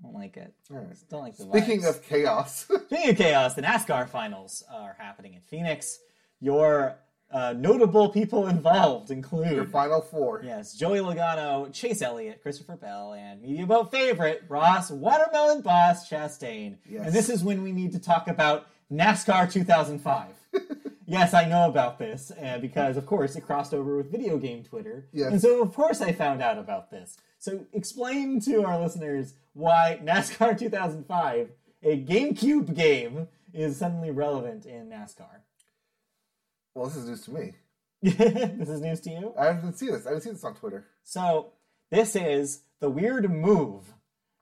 B: I don't like it.
A: All right.
B: Just don't like the
A: Speaking
B: vibes.
A: of chaos,
B: Speaking of chaos, the NASCAR finals are happening in Phoenix. Your uh, notable people involved include
A: your final four.
B: yes, Joey Logano, Chase Elliott, Christopher Bell, and media boat favorite Ross Watermelon Boss Chastain.
A: Yes.
B: And this is when we need to talk about NASCAR 2005. yes, I know about this uh, because, of course, it crossed over with video game Twitter,
A: Yes.
B: and so of course I found out about this. So explain to our listeners why NASCAR 2005, a GameCube game, is suddenly relevant in NASCAR.
A: Well, this is news to me.
B: this is news to you.
A: I didn't see this. I didn't see this on Twitter.
B: So this is the weird move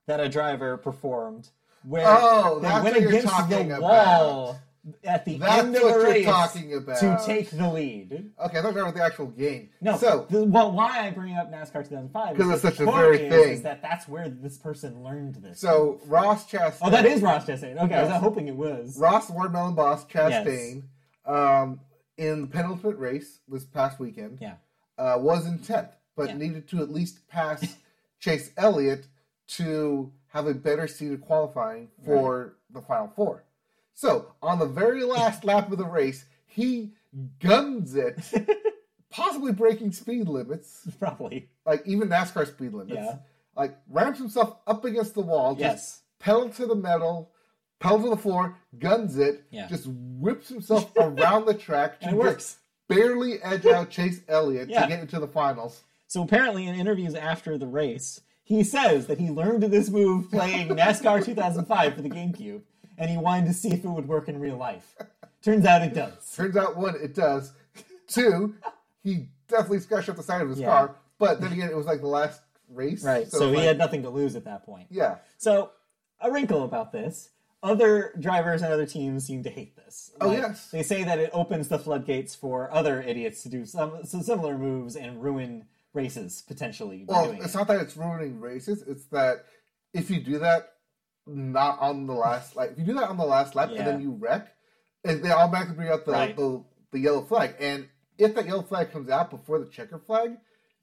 B: that a driver performed where
A: Oh,
B: they
A: that's
B: went
A: what you're
B: against
A: talking
B: the
A: about.
B: wall at the
A: That's
B: end of
A: what
B: the
A: you're
B: race
A: talking about.
B: to take the lead.
A: Okay, I thought that was the actual game.
B: No,
A: So,
B: the, well, why I bring up NASCAR 2005
A: 'Cause
B: is
A: it's
B: the
A: such a
B: core
A: very
B: is,
A: thing.
B: is that that's where this person learned this.
A: so Ross Chastain.
B: oh, that is Ross Chastain. Okay, I was
A: Yes.
B: hoping it was.
A: Ross Watermelon Boss Chastain um, in the penultimate race this past weekend
B: Yeah,
A: uh, was in 10th, but
B: Yeah.
A: needed to at least pass Chase Elliott to have a better seat of qualifying for the final four. So, on the very last lap of the race, he guns it, possibly breaking speed limits,
B: probably.
A: like even NASCAR speed limits.
B: Yeah.
A: Like, ramps himself up against the wall, just
B: Yes.
A: pedal to the metal, pedal to the floor, guns it,
B: Yeah.
A: just whips himself around the track to
B: And it
A: just
B: works.
A: barely edge out Chase Elliott
B: Yeah.
A: to get into the finals.
B: So apparently, in interviews after the race, he says that he learned this move playing NASCAR 2005 for the GameCube, and he wanted to see if it would work in real life. Turns out it does.
A: Turns out one, it does. Two, he definitely scratched up the side of his
B: Yeah.
A: car, but then again, it was like the last race,
B: Right. So,
A: it's
B: he
A: like-
B: had nothing to lose at that point.
A: yeah.
B: So a wrinkle about this: other drivers and other teams seem to hate this.
A: Oh, yes.
B: They say that it opens the floodgates for other idiots to do some, some similar moves and ruin races potentially. by
A: Well,
B: doing
A: it's
B: it.
A: not that it's ruining races; it's that if you do that, not on the last, like if you do that on the last lap and then
B: Yeah.
A: you wreck, and they automatically bring out the,
B: Right.
A: the the yellow flag. And if that yellow flag comes out before the checker flag,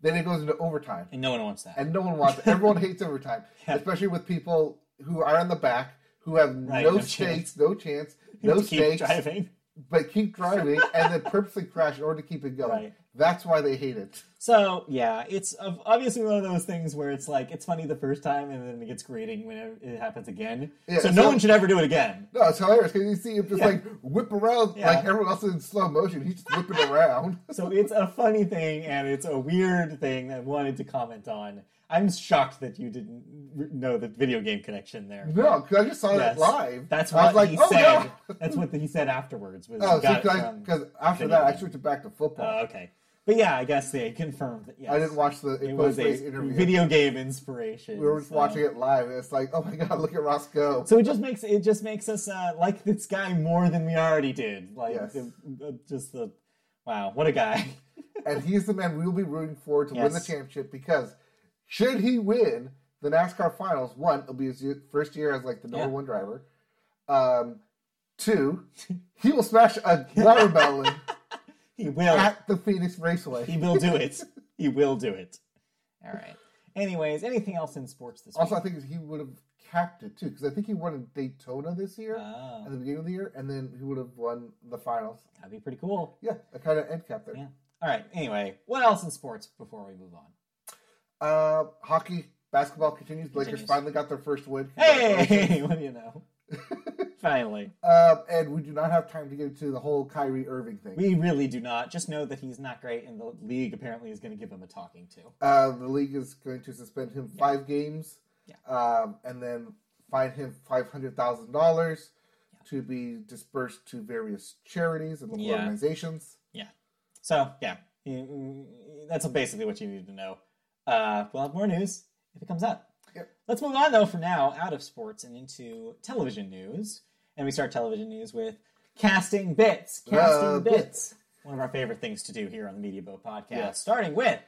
A: then it goes into overtime,
B: and no one wants that.
A: and no one wants it. Everyone hates overtime,
B: Yeah.
A: especially with people who are in the back who have
B: Right,
A: no,
B: no
A: stakes,
B: chance.
A: no chance, no
B: To keep
A: stakes,
B: driving.
A: but keep driving and then purposely crash in order to keep it going.
B: Right.
A: That's why they hate it.
B: So yeah, it's ob- obviously one of those things where it's like it's funny the first time and then it gets grating when it happens again.
A: Yeah,
B: so no
A: so-
B: one should ever do it again.
A: No, it's hilarious because you see him just
B: Yeah.
A: like whip around
B: Yeah.
A: like everyone else is in slow motion. He's just whipping around.
B: So it's a funny thing and it's a weird thing that I wanted to comment on. I'm shocked that you didn't r- know the video game connection there.
A: No, because I just saw
B: Yes.
A: that live.
B: That's
A: I
B: what
A: was like,
B: he
A: oh,
B: said.
A: yeah.
B: That's what he said afterwards. Was
A: Oh,
B: he got it from-
A: because after
B: video
A: that, I
B: game.
A: switched it back to football.
B: Oh, okay, but yeah, I guess they confirmed that. Yes,
A: I didn't watch the post
B: It was
A: race
B: a
A: interview.
B: video game inspiration.
A: we were just
B: so-
A: watching it live, and it's like, oh my god, look at Ross go.
B: So it just makes it just makes us uh, like this guy more than we already did. Like
A: Yes.
B: the, the- just the wow, what a guy!
A: and he's the man we will be rooting for to win the
B: Yes.
A: championship because should he win the NASCAR Finals, one, it'll be his year- first year as like the number
B: Yeah.
A: one driver. Um, two, he will smash a watermelon
B: He will,
A: at the Phoenix Raceway.
B: he will do it. He will do it. All right. Anyways, anything else in sports this
A: Also, I
B: week?
A: think he would have capped it too because I think he won in Daytona this year
B: Oh,
A: at the beginning of the year, and then he would have won the finals.
B: that'd be pretty cool.
A: Yeah, a kind of end cap there.
B: Yeah. All right. Anyway, what else in sports before we move on?
A: Uh, hockey, basketball continues. The Lakers
B: Continues.
A: finally got their first win. Congratulations.
B: Hey, what do you know? Finally,
A: Um, and we do not have time to get into the whole Kyrie Irving thing.
B: we really do not. Just know that he's not great, and the league apparently is going to give him a talking to.
A: uh, the league is going to suspend him five games,
B: Yeah.
A: um, and then fine him five hundred thousand dollars to be dispersed to various charities and local
B: Yeah.
A: organizations.
B: So yeah, you- that's basically what you need to know. Uh, we'll have more news if it comes out.
A: Yep.
B: Let's move on, though, for now, out of sports and into television news. And we start television news with casting bits. Casting
A: Uh, bits.
B: bits. One of our favorite things to do here on the Media Boat podcast.
A: Yeah.
B: Starting with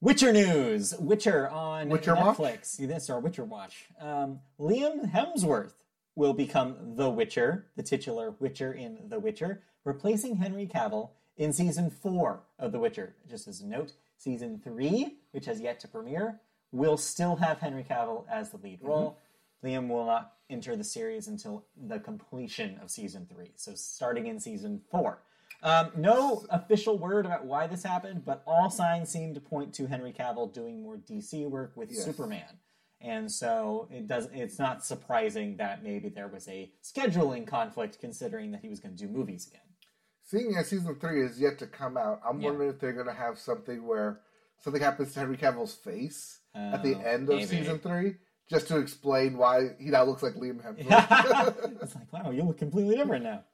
B: Witcher news. Witcher on
A: Witcher watch?
B: Netflix. See this or Witcher watch. Um, Liam Hemsworth will become the Witcher, the titular Witcher in The Witcher, replacing Henry Cavill in season four of The Witcher. Just as a note, season three, which has yet to premiere, will still have Henry Cavill as the
A: Mm-hmm.
B: lead role. Liam will not enter the series until the completion of season three, so starting in season four. Um, no official word about why this happened, but all signs seem to point to Henry Cavill doing more DC work with
A: Yes.
B: Superman, and so it does. It's not surprising that maybe there was a scheduling conflict, considering that he was going to do movies again.
A: Seeing as season three is yet to come out, I'm
B: Yeah.
A: wondering if they're going to have something where something happens to Henry Cavill's face at the
B: Oh,
A: end of
B: maybe.
A: season three, just to explain why he now looks like Liam Hemsworth.
B: it's like, wow, you look completely different now.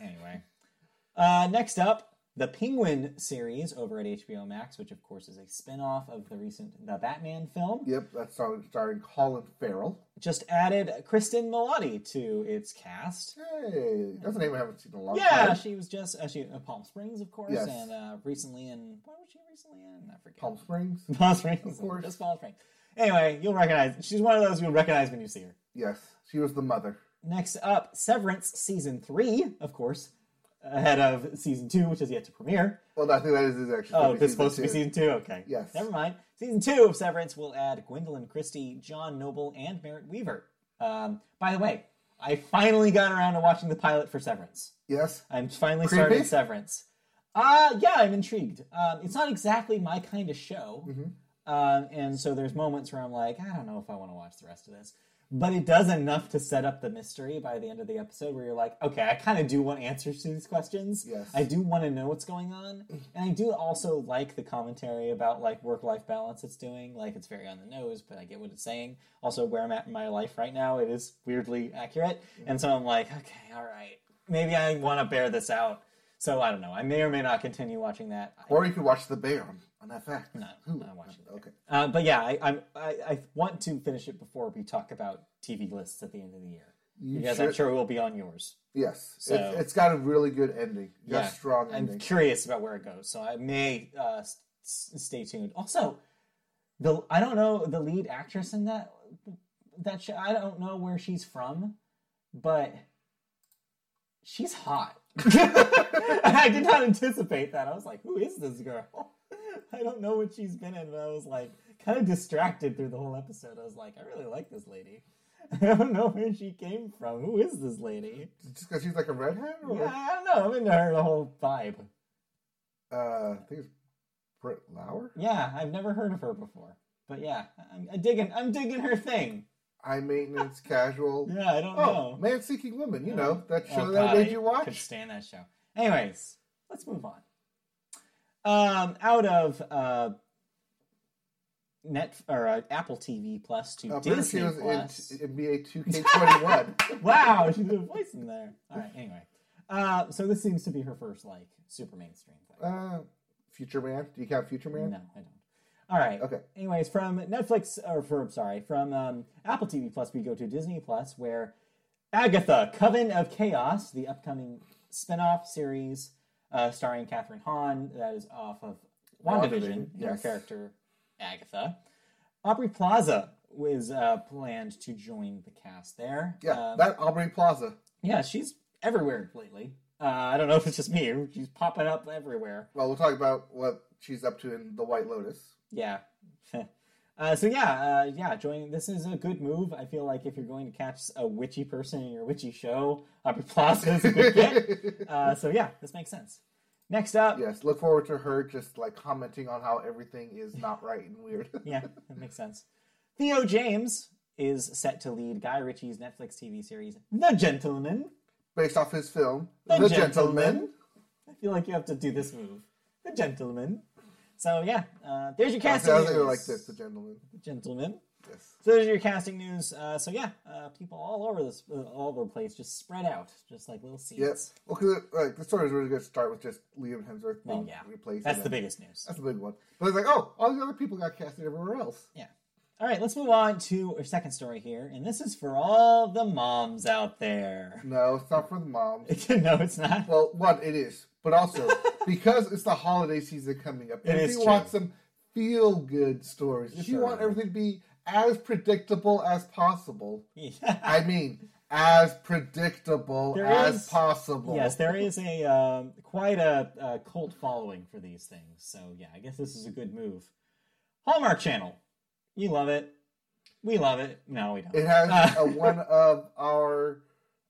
B: Anyway, uh, next up, the Penguin series over at HBO Max, which of course is a spin-off of the recent The Batman film,
A: yep, that's starring, starring Colin Farrell.
B: just added Kristen Milotti to its cast.
A: Hey, that's a name I haven't seen in a long
B: Yeah,
A: time.
B: she was just uh, she uh, Palm Springs, of course,
A: Yes.
B: and uh, recently in what was she recently in? I forget.
A: Palm Springs.
B: Palm Springs,
A: Of course.
B: just Palm Springs. Anyway, you'll recognize. She's one of those you'll recognize when you see her.
A: Yes, she was the mother.
B: Next up, Severance season three, of course, ahead of season two, which is yet to premiere.
A: Well, no, I think that is, is actually. supposed to
B: Oh,
A: be
B: this is supposed to be
A: two.
B: season two. Okay,
A: Yes.
B: never mind. Season two of Severance will add Gwendolyn Christie, John Noble, and Merritt Weaver. Um, by the way, I finally got around to watching the pilot for Severance.
A: Yes.
B: I'm finally
A: Creepy?
B: starting Severance. Uh, yeah, I'm intrigued. Um, it's not exactly my kind of show.
A: Mm-hmm.
B: Um, and so there's moments where I'm like, I don't know if I want to watch the rest of this. But it does enough to set up the mystery by the end of the episode where you're like, okay, I kind of do want answers to these questions.
A: Yes.
B: I do want to know what's going on. And I do also like the commentary about like work life balance it's doing. Like it's very on the nose, but I get what it's saying. Also, where I'm at in my life right now, it is weirdly accurate. And so I'm like, okay, all right. Maybe I want to bear this out. So I don't know. I may or may not continue watching that. I-
A: Or you could watch The Bear on, on FX.
B: No,
A: Ooh,
B: I'm watching
A: Okay.
B: Uh, but yeah, I, I'm- I I want to finish it before we talk about TV lists at the end of the year.
A: You
B: Because I'm
A: should-
B: sure it will be on yours.
A: Yes.
B: So-
A: It's, it's got a really good ending. Got a strong
B: I'm
A: ending.
B: curious about where it goes, so I may uh, s- s- stay tuned. Also, the I don't know the lead actress in that that show. I don't know where she's from, but she's hot. I did not anticipate that. I was like, "Who is this girl?" I don't know what she's been in, but I was like kind of distracted through the whole episode. I was like, "I really like this lady." I don't know where she came from. Who is this lady?
A: Just because she's like a redhead? Or,
B: Yeah, I don't know. I'm into her the whole vibe.
A: uh, I think it's Britt Lauer?
B: Yeah, I've never heard of her before, but yeah, I'm, I'm digging. I'm digging her thing.
A: High maintenance, casual.
B: Yeah, I don't
A: Oh,
B: know.
A: Man Seeking Woman, you know, that
B: Oh,
A: show that
B: God,
A: made
B: I
A: you
B: Could
A: watch.
B: stand that show. Anyways, let's move on. Um, out of uh, net or uh, Apple TV Plus to
A: Uh, Britt, she
B: Disney
A: was
B: Plus.
A: in NBA 2K21.
B: wow, she did a voice in there. All right. Anyway, uh, so this seems to be her first like super mainstream thing.
A: uh, Future Man. Do you count Future Man?
B: No, I don't. All right.
A: Okay.
B: Anyways, from Netflix or from sorry, from um, Apple TV Plus, we go to Disney Plus, where Agatha: Coven of Chaos, the upcoming spin-off series uh, starring Catherine Hahn, that is off of WandaVision,
A: WandaVision,
B: their
A: yes.
B: character Agatha. Aubrey Plaza was uh, planned to join the cast there.
A: Yeah,
B: Um,
A: that Aubrey Plaza.
B: yeah, she's everywhere lately. Uh, I don't know if it's just me. or She's popping up everywhere.
A: Well, we'll talk about what she's up to in The White Lotus.
B: Yeah. uh, so yeah, uh, yeah. Joining this is a good move. I feel like if you're going to catch a witchy person in your witchy show, Aubrey Plaza is a good get. Uh, so yeah, this makes sense. Next up, yeah.
A: yes, look forward to her just like commenting on how everything is not right and weird.
B: that makes sense. Theo James is set to lead Guy Ritchie's Netflix TV series The Gentleman.
A: Based off his film,
B: The
A: The,
B: Gentleman.
A: Gentleman.
B: I feel like you have to do this move, The Gentleman. So yeah, uh, there's your
A: I
B: casting.
A: think I
B: news.
A: like this, The Gentleman.
B: The Gentleman.
A: Yes.
B: So there's your casting news. Uh, so yeah, uh, people all over this, uh, all over the place, just spread out, just like little seeds.
A: Yes. Well, because like the story is really going to start with just Liam Hemsworth being
B: Well, yeah,
A: replaced.
B: that's
A: and
B: the
A: then-
B: biggest news.
A: That's the big one. But it's like, oh, all the other people got casted everywhere else.
B: Yeah. All right, let's move on to our second story here, and this is for all the moms out there.
A: No, it's not for the moms.
B: no, it's not.
A: Well, one, it is, but also because it's the holiday season coming up, and
B: It
A: if
B: is
A: you want
B: true.
A: some feel good stories, if you want
B: Sure.
A: everything to be as predictable as possible,
B: Yeah.
A: I mean, as predictable
B: There
A: as
B: is-
A: possible.
B: Yes, there is a um, quite a, a cult following for these things. So yeah, I guess this is a good move. Hallmark Channel, you love it. We love it. No, we don't.
A: It has
B: Uh,
A: a, one of our,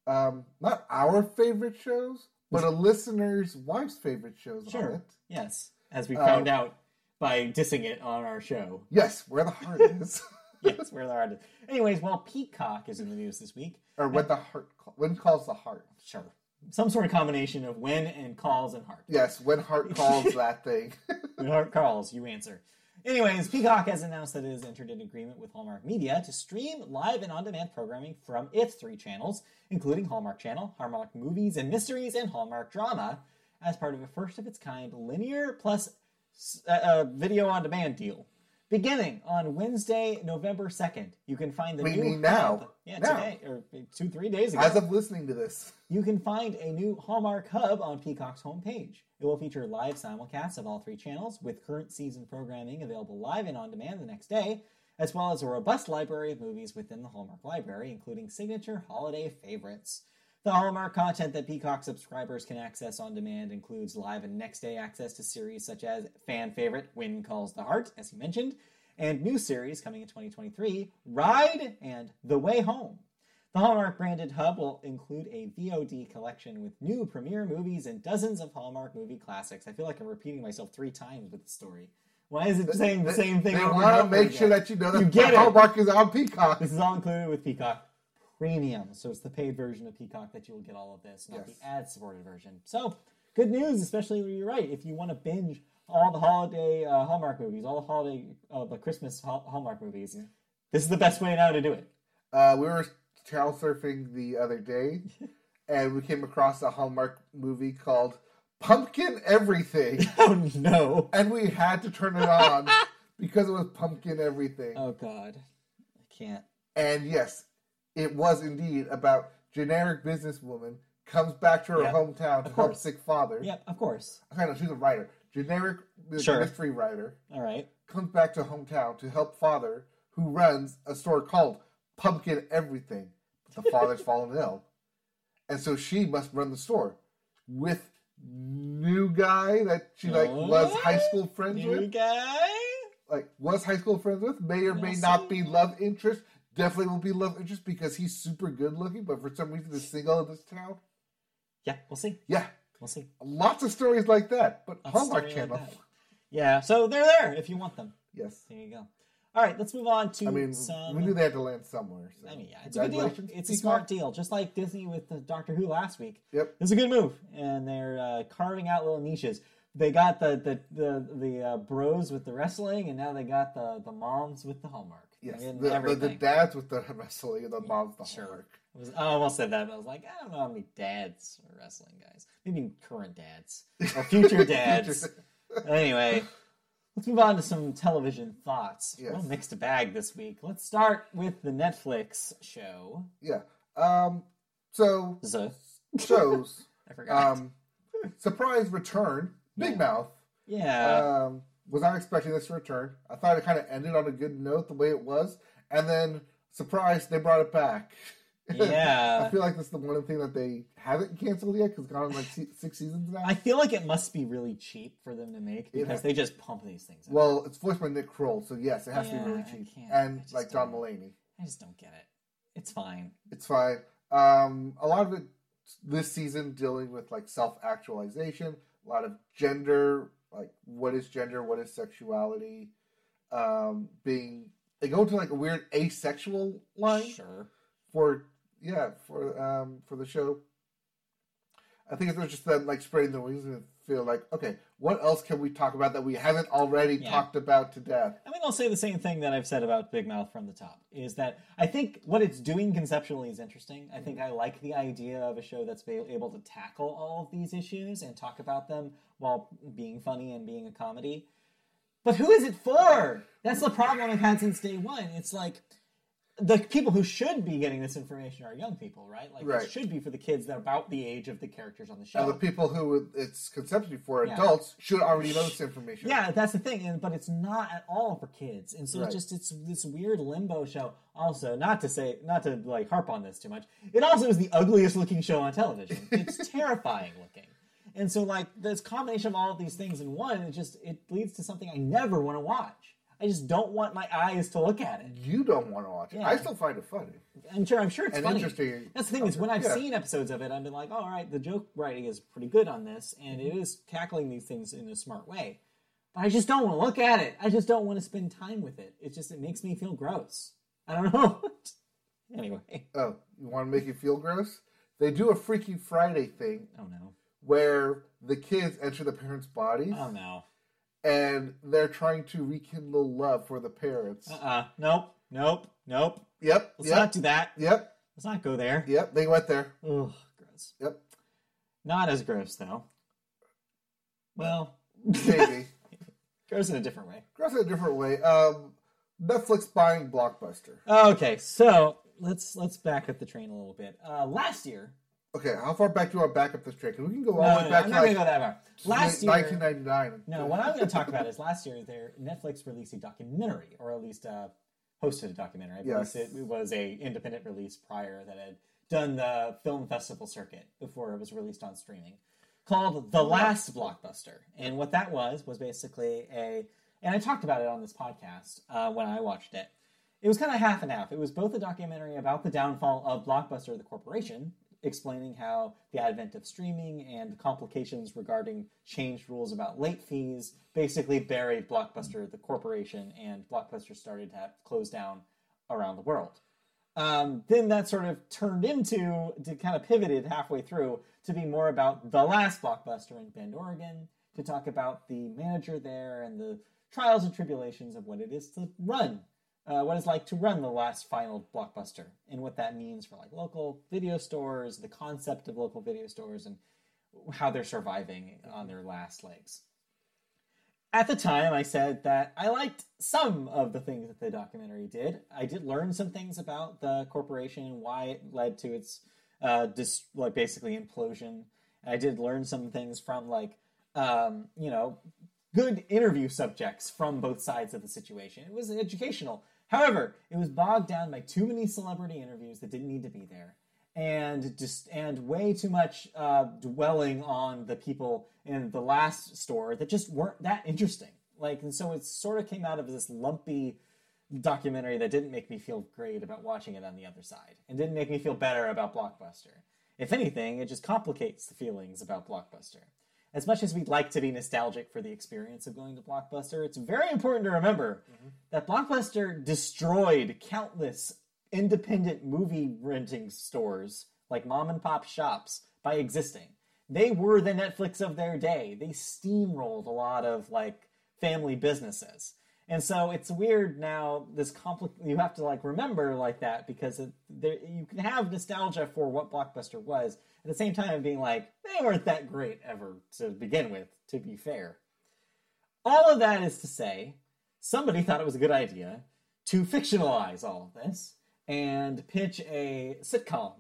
A: um, not our favorite shows, but a listener's wife's favorite shows on
B: Sure.
A: it.
B: Yes, as we
A: Uh,
B: found out by dissing it on our show.
A: Yes, where the heart is,
B: yes, we're the artist. Anyways, while Peacock is in the news this week,
A: or when the heart call, when calls the heart.
B: sure, some sort of combination of when and calls and heart.
A: Yes, when heart calls that thing.
B: When heart calls, you answer. Anyways, Peacock has announced that it has entered an agreement with Hallmark Media to stream live and on-demand programming from its three channels, including Hallmark Channel, Hallmark Movies and Mysteries, and Hallmark Drama, as part of a first-of-its-kind linear plus uh, uh, video-on-demand deal. Beginning on Wednesday, November second, you can find the
A: We
B: new
A: mean now.
B: hub- Yeah,
A: Now.
B: today or two, three days ago.
A: As of listening to this,
B: You can find a new Hallmark Hub on Peacock's homepage. It will feature live simulcasts of all three channels, with current season programming available live and on demand the next day, as well as a robust library of movies within the Hallmark library, including signature holiday favorites. The Hallmark content that Peacock subscribers can access on demand includes live and next day access to series such as fan favorite When Calls the Heart, as you mentioned, and new series coming in 2023, Ride and The Way Home. The Hallmark branded hub will include a VOD collection with new premiere movies and dozens of Hallmark movie classics. I feel like I'm repeating myself three times with the story. Why is it saying the same thing?
A: They
B: over and
A: want to
B: over
A: make sure
B: again?
A: that you know that
B: You get it.
A: Hallmark is on Peacock.
B: This is all included with Peacock Premium, so it's the paid version of Peacock that you'll get all of this, not
A: Yes.
B: the ad-supported version. So good news, especially when you're right. If you want to binge all the holiday uh, Hallmark movies, all the holiday, uh, the Christmas Hall- Hallmark movies, this is the best way now to do it.
A: Uh, we were channel surfing the other day, and we came across a Hallmark movie called Pumpkin Everything,
B: Oh no!
A: and we had to turn it on because it was Pumpkin Everything.
B: Oh god, I can't.
A: And yes, it was indeed about generic businesswoman comes back to her
B: Yep,
A: hometown to help
B: course.
A: sick father.
B: Yeah, of course.
A: I know she's a writer, generic uh,
B: Sure.
A: mystery writer.
B: All right.
A: comes back to hometown to help father, who runs a store called Pumpkin Everything. But the father's fallen ill, and so she must run the store with new guy that she like was high school friends
B: New
A: with.
B: guy.
A: Like was high school friends with. May or may
B: Yes.
A: not be love interest. Definitely will be love interest because he's super good looking, but for some reason is single in this town.
B: Yeah, we'll see.
A: Yeah,
B: We'll see.
A: lots of stories like that. But
B: Lots of
A: Hallmark
B: story like
A: Channel,
B: that. Yeah, so they're there if you want them.
A: yes.
B: There you go. All right, let's move on to
A: I mean,
B: some.
A: we knew they had to land somewhere. So.
B: I mean, yeah, it's a good deal.
A: Congratulations,
B: It's a
A: Peacock.
B: smart deal, just like Disney with the Doctor Who last week.
A: Yep.
B: It's a good move, and they're uh, carving out little niches. They got the the the, the uh, bros with the wrestling, and now they got the the moms with the Hallmark.
A: Yes,
B: They're getting
A: the, the, the
B: everything.
A: dads with the wrestling and the moms the
B: Sure.
A: homework.
B: It was- oh, I almost said that, but I was like, I don't know how many dads are wrestling guys. Maybe current dads or future dads. anyway, let's move on to some television thoughts.
A: Yes.
B: Well, mixed bag this week. Let's start with the Netflix show.
A: Yeah. Um. So
B: Z.
A: shows.
B: I forgot.
A: um. Surprise return. Big
B: Yeah.
A: Mouth.
B: yeah.
A: Um. Was not expecting this to return. I thought it kind of ended on a good note the way it was, and then surprise, they brought it back.
B: Yeah.
A: Uh, I feel like that's the one thing that they haven't canceled yet because it's gone on like se- six seasons now.
B: I feel like it must be really cheap for them to make because
A: ha-
B: they just pump these things out.
A: Well, it's voiced by Nick Kroll, so yes, it has to
B: Yeah,
A: be really
B: I
A: cheap.
B: can't- I
A: And
B: just
A: like John
B: don't-
A: Mulaney.
B: I just don't get it. It's fine.
A: It's fine. Um, a lot of it this season dealing with like self actualization, a lot of gender, like what is gender, what is sexuality, um, being they go to like a weird asexual line
B: Sure.
A: for yeah for um for the show. I think it's just them like spreading the wings and feel like okay, what else can we talk about that we haven't already
B: Yeah.
A: talked about to death?
B: I mean, I'll say the same thing that I've said about Big Mouth from the top is that I think what it's doing conceptually is interesting. I think I like the idea of a show that's be- able to tackle all of these issues and talk about them while being funny and being a comedy. But who is it for? That's the problem I've had since day one. It's like the people who should be getting this information are young people, right? Like
A: Right.
B: it should be for the kids that are about the age of the characters on the show.
A: And the people who it's conceptually for adults should already know this information.
B: Yeah, that's the thing, and but it's not at all for kids, and so
A: Right.
B: it's just it's this weird limbo show. Also, not to say not to like harp on this too much, it also is the ugliest looking show on television. It's terrifying looking, and so like this combination of all of these things in one, it just it leads to something I never want to watch. I just don't want my eyes to look at it.
A: You don't want to watch it. I
B: Yeah.
A: still find it funny.
B: I'm sure I'm sure it's
A: And
B: funny.
A: interesting.
B: That's the thing is when I've
A: Yeah.
B: seen episodes of it, I've been like, "Oh, all right, the joke writing is pretty good on this, and
A: Mm-hmm.
B: it is tackling these things in a smart way. But I just don't want to look at it. I just don't want to spend time with it. It's just it makes me feel gross. I don't know. anyway,
A: Oh, you want to make you feel gross? They do a Freaky Friday thing
B: oh no,
A: where the kids enter the parents' bodies
B: oh no,
A: and they're trying to rekindle love for the parents.
B: uh, uh nope, nope, nope.
A: Yep.
B: Let's not
A: Yep.
B: do that.
A: Yep.
B: Let's not go there.
A: Yep. They went there.
B: Ugh, gross.
A: Yep.
B: Not as gross though. Well,
A: Maybe.
B: gross in a different way.
A: gross in a different way. Um, Netflix buying Blockbuster.
B: Okay, so let's let's back up the train a little bit. Uh, last year,
A: Okay, how far back do you want to back up this track? 'Cause We can go all the way
B: no, no, no,
A: Oh, back
B: I'm
A: to
B: not
A: like
B: gonna go that far. Last year,
A: 1999.
B: no. What I'm going to talk about is last year. Their Netflix released a documentary, or at least uh, hosted a documentary. I believe
A: Yes.
B: it, it was a independent release prior that had done the film festival circuit before it was released on streaming, called "The Last Blockbuster." And what that was was basically a, and I talked about it on this podcast uh, when I watched it. It was kind of half and half. It was both a documentary about the downfall of Blockbuster, the corporation, explaining how the advent of streaming and the complications regarding changed rules about late fees basically buried Blockbuster, the corporation, and Blockbuster started to have close down around the world. Um, then that sort of turned into, to kind of pivoted halfway through to be more about the last blockbuster in Bend, Oregon, to talk about the manager there and the trials and tribulations of what it is to run, uh, what it's like to run the last final blockbuster, and what that means for like local video stores, the concept of local video stores, and how they're surviving on their last legs at the time i said that i liked some of the things that the documentary did i did learn some things about the corporation and why it led to its uh dis- like basically implosion i did learn some things from like um you know good interview subjects from both sides of the situation it was educational however it was bogged down by too many celebrity interviews that didn't need to be there and just and way too much uh, dwelling on the people in the last store that just weren't that interesting. Like, and so it sort of came out of this lumpy documentary that didn't make me feel great about watching it on the other side, and didn't make me feel better about Blockbuster. If anything, it just complicates the feelings about Blockbuster. As much as we'd like to be nostalgic for the experience of going to Blockbuster, it's very important to remember that Blockbuster destroyed countless independent movie renting stores, like mom and pop shops, by existing. They were the Netflix of their day. They steamrolled a lot of like family businesses. And so it's weird now this compli- you have to like remember like that because it, there, you can have nostalgia for what Blockbuster was at the same time being like they weren't that great ever to begin with to be fair. All of that is to say somebody thought it was a good idea to fictionalize all of this and pitch a sitcom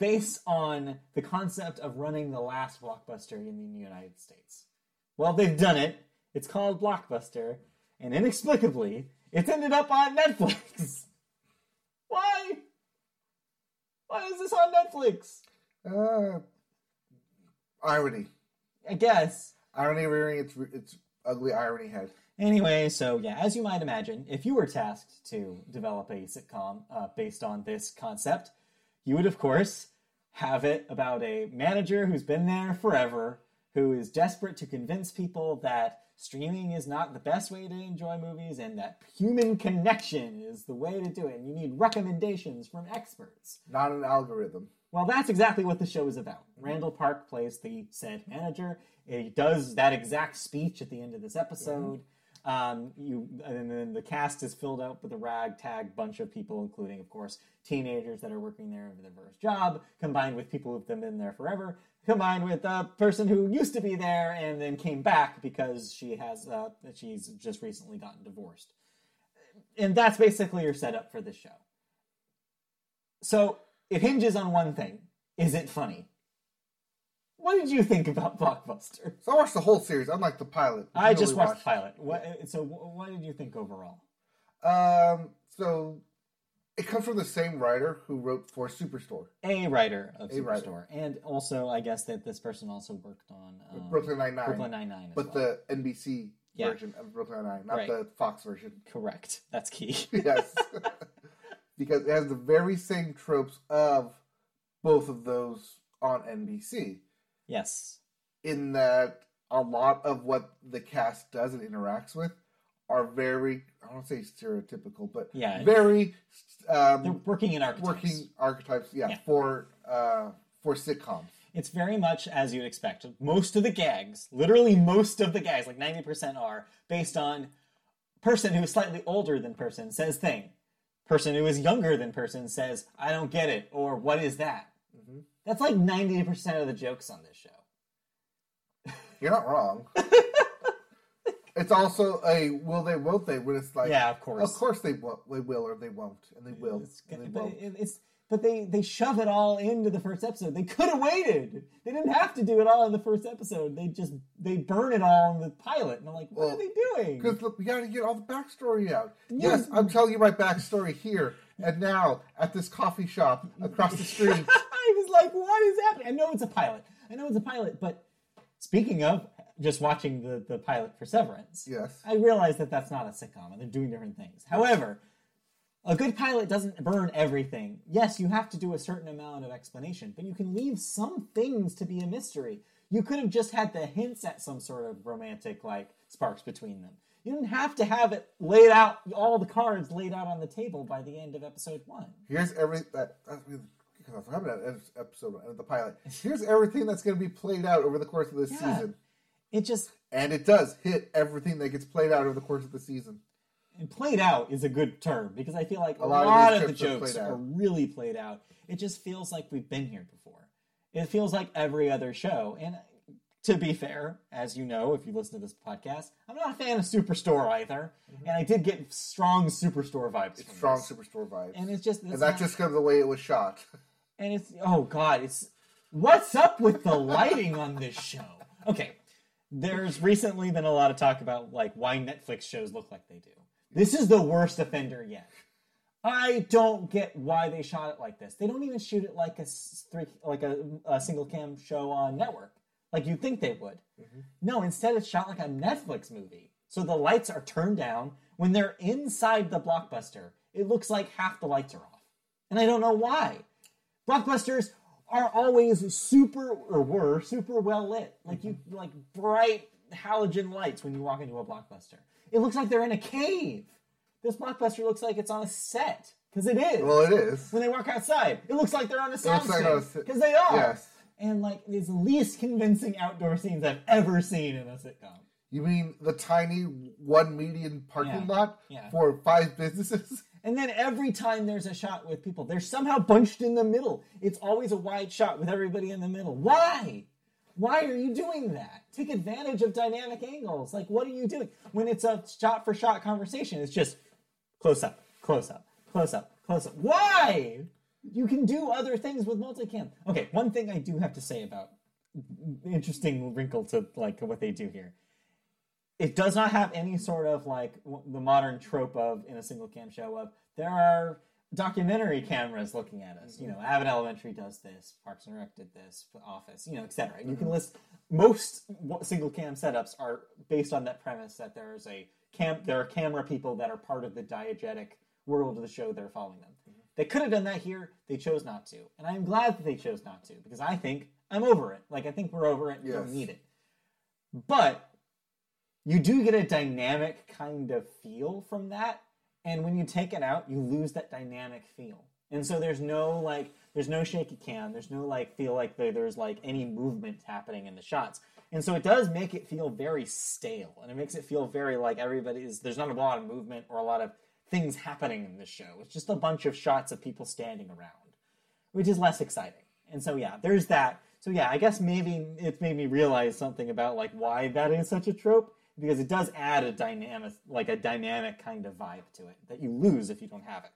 B: based on the concept of running the last blockbuster in the United States. Well, they've done it. It's called Blockbuster, and inexplicably, it's ended up on Netflix. Why? Why is this on Netflix?
A: Uh, irony.
B: I guess.
A: Irony rearing its, its ugly irony head.
B: Anyway, so yeah, as you might imagine, if you were tasked to develop a sitcom uh, based on this concept, you would, of course, have it about a manager who's been there forever, who is desperate to convince people that streaming is not the best way to enjoy movies and that human connection is the way to do it, and you need recommendations from experts.
A: Not an algorithm.
B: Well, that's exactly what the show is about. Randall Park plays the said manager. He does that exact speech at the end of this episode. Um, you and then the cast is filled out with a ragtag bunch of people, including, of course, teenagers that are working there for their first job, combined with people who've been there forever, combined with a person who used to be there and then came back because she has uh, she's just recently gotten divorced, and that's basically your setup for this show. So it hinges on one thing: is it funny? What did you think about Blockbuster?
A: So I watched the whole series, unlike the pilot.
B: I
A: You
B: just
A: only
B: watched the pilot. What, so, wh- what did you think overall?
A: watched- Um, so it comes from the same writer who wrote for Superstore,
B: A writer of
A: A writer.
B: Superstore, and also I guess that this person also worked on um,
A: Brooklyn Nine Nine,
B: Brooklyn Nine Nine.
A: but the NBC
B: Yeah.
A: version of Brooklyn Nine, not
B: Right.
A: the Fox version.
B: correct, that's key.
A: yes. because it has the very same tropes of both of those on NBC,
B: yes,
A: in that a lot of what the cast does and interacts with are very, I don't say stereotypical, but
B: Yeah.
A: very
B: they're
A: um,
B: working in archetypes.
A: working archetypes, yeah,
B: Yeah.
A: for uh, for sitcoms.
B: It's very much as you'd expect. Most of the gags, literally most of the gags, like ninety percent, are based on person who is slightly older than person says thing, person who is younger than person says I don't get it or what is that. That's like ninety percent of the jokes on this show.
A: You're not wrong. it's also a will they, won't they, when it's like,
B: yeah, of course.
A: of course they, will, they will or they won't, and they will,
B: It's,
A: and they
B: but,
A: won't.
B: it- it's- but they they shove it all into the first episode. They could have waited. They didn't have to do it all in the first episode. They just they burn it all in the pilot. And I'm like, what
A: Well,
B: are they doing?
A: Because look, we gotta get all the backstory out.
B: Yeah.
A: Yes, I'm telling you my backstory here and now at this coffee shop across the street.
B: I was like, what is happening? I know it's a pilot. I know it's a pilot. But speaking of just watching the the pilot for Severance,
A: yes.
B: I realize that that's not a sitcom and they're doing different things. However, a good pilot doesn't burn everything. Yes, you have to do a certain amount of explanation, but you can leave some things to be a mystery. You could have just had the hints at some sort of romantic like sparks between them. You didn't have to have it laid out, all the cards laid out on the table by the end of episode one.
A: Here's every that that's because I was having that episode of the pilot. Here's everything that's gonna be played out over the course of this
B: Yeah.
A: season.
B: It just
A: And it does hit everything that gets played out over the course of the season.
B: and played out is a good term because I feel like a,
A: lot
B: lot,
A: of
B: of,
A: these
B: the
A: jokes are
B: jokes
A: played out.
B: are really played out. It just feels like we've been here before. It feels like every other show. And to be fair, as you know, if you listen to this podcast, I'm not a fan of Superstore either. And I did get strong Superstore vibes. from
A: Mm-hmm. Strong
B: this.
A: superstore vibes.
B: And it's just,
A: And that's
B: not-
A: just because of the way it was shot.
B: and it's oh god, it's what's up with the lighting on this show? Okay, there's recently been a lot of talk about like why Netflix shows look like they do. This is the worst offender yet. I don't get why they shot it like this. They don't even shoot it like a s- three, like a, a single cam show on network, like you'd think they would. No, instead it's shot like a Netflix movie. So the lights are turned down. When they're inside the blockbuster, it looks like half the lights are off, and I don't know why blockbusters are always super or were super well lit like you
A: Mm-hmm.
B: like bright halogen lights when you walk into a blockbuster it looks like they're in a cave this blockbuster looks like it's on a set because it is
A: Well it is.
B: when they walk outside it looks like they're on a sound
A: looks like on a se-
B: because they are
A: Yes.
B: and like it's the least convincing outdoor scenes i've ever seen in a sitcom
A: You mean the tiny one median parking
B: Yeah.
A: lot
B: Yeah.
A: for five businesses?
B: And then every time there's a shot with people, they're somehow bunched in the middle. It's always a wide shot with everybody in the middle. Why? Why are you doing that? Take advantage of dynamic angles. Like, what are you doing? When it's a shot for shot conversation, it's just close up, close up, close up, close up. Why? You can do other things with multicam. Okay, one thing I do have to say about interesting wrinkle to like what they do here it does not have any sort of like w- the modern trope of in a single cam show of there are documentary cameras looking at us. You know, Abbott Elementary does this, Parks and Rec did this, The Office, you know, etc. You can list most w- single cam setups are based on that premise that there is a cam there are camera people that are part of the diegetic world of the show that are following them. They could have done that here. They chose not to, and I'm glad that they chose not to because I think I'm over it. Like I think we're over it. and We
A: Yes.
B: don't need it. But you do get a dynamic kind of feel from that and when you take it out you lose that dynamic feel and so there's no like there's no shaky cam there's no like feel like there- there's like any movement happening in the shots And so it does make it feel very stale, and it makes it feel very like everybody is. There's not a lot of movement or a lot of things happening in this show. It's just a bunch of shots of people standing around, which is less exciting. And so yeah, there's that. So yeah, I guess maybe it's made me realize something about like why that is such a trope because it does add a dynamic, like a dynamic kind of vibe to it that you lose if you don't have it.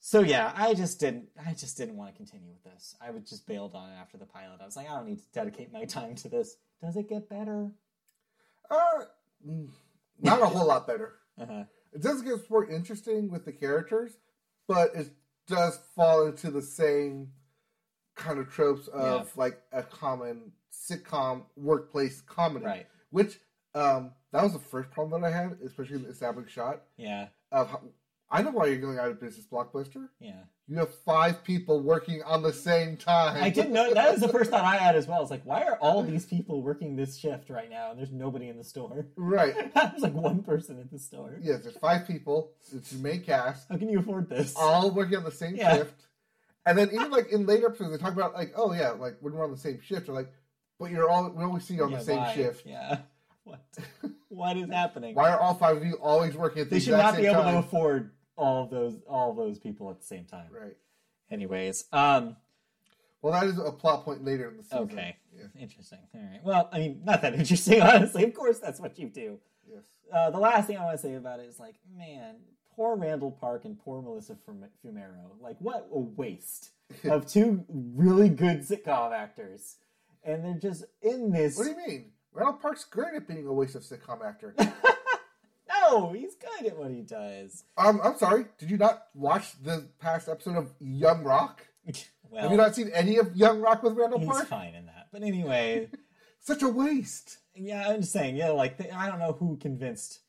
B: So yeah, I just didn't. I just didn't want to continue with this. I would just bailed on it after the pilot. I was like, I don't need to dedicate my time to this. Does it get better?
A: Uh, mm, not a whole lot better.
B: Uh-huh.
A: It does get more interesting with the characters, but it does fall into the same kind of tropes of like a common sitcom workplace comedy.
B: Right.
A: Which um, that was the first problem that I had, especially in the establishing shot
B: Yeah.
A: of how, I know why you're going out of business, Blockbuster.
B: Yeah.
A: You have five people working on the same time.
B: I did know that was the first thought I had as well. It's like, why are all these people working this shift right now? And there's nobody in the store.
A: Right.
B: there's like one person at the store.
A: Yes, there's five people. It's your main cast,
B: How can you afford this?
A: all working on the same
B: Yeah.
A: shift. And then even like in later episodes, they talk about like, oh yeah, like when we're on the same shift, they're like, but you're all we always see you on
B: Yeah,
A: the same
B: why?
A: shift.
B: Yeah. What? what is happening?
A: Why are all five of you always working at the
B: they should
A: exact
B: not be
A: same
B: able
A: time?
B: to afford all of those all of those people at the same time.
A: Right.
B: Anyways, um,
A: Well, that is a plot point later in the season.
B: Okay.
A: Yeah.
B: interesting. All right. Well, I mean, not that interesting, honestly. Of course, that's what you do.
A: Yes.
B: Uh, the last thing I want to say about it is like, man, poor Randall Park and poor Melissa Fum- Fumero. Like, what a waste of two really good sitcom actors, and they're just in this.
A: What do you mean? Randall Park's great at being a waste of sitcom actor.
B: No, he's good at what he does.
A: um, I'm sorry. Did you not watch the past episode of Young Rock? Have you
B: Well,
A: not seen any of Young Rock with Randall
B: he's
A: Park?
B: fine in that. But anyway,
A: Such a waste.
B: yeah, I'm just saying. Yeah, like they, I don't know who convinced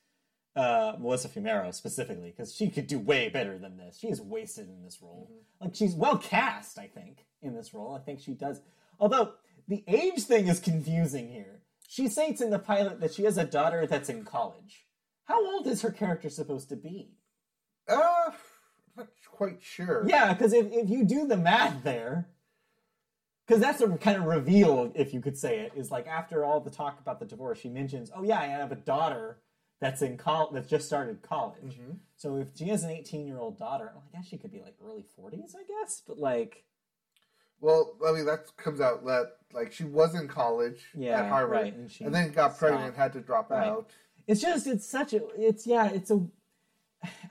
B: uh, Melissa Fumero specifically because she could do way better than this. She is wasted in this role.
A: Mm-hmm.
B: Like she's well cast, I think, in this role. I think she does. Although the age thing is confusing here. She states in the pilot that she has a daughter that's in college. How old is her character supposed to be?
A: Uh, I'm not quite sure.
B: Yeah, because if, if you do the math there, because that's a kind of reveal, if you could say it, is like after all the talk about the divorce, she mentions, oh yeah, I have a daughter that's in college that's just started college. So if she has an 18 year old daughter, well, I guess she could be like early 40s, I guess, but like
A: Well, I mean that comes out that like she was in college
B: Yeah,
A: at Harvard,
B: right, and
A: and,
B: she
A: then got pregnant and had
B: stopped.
A: to drop
B: Right.
A: out.
B: it's just it's such a it's yeah it's a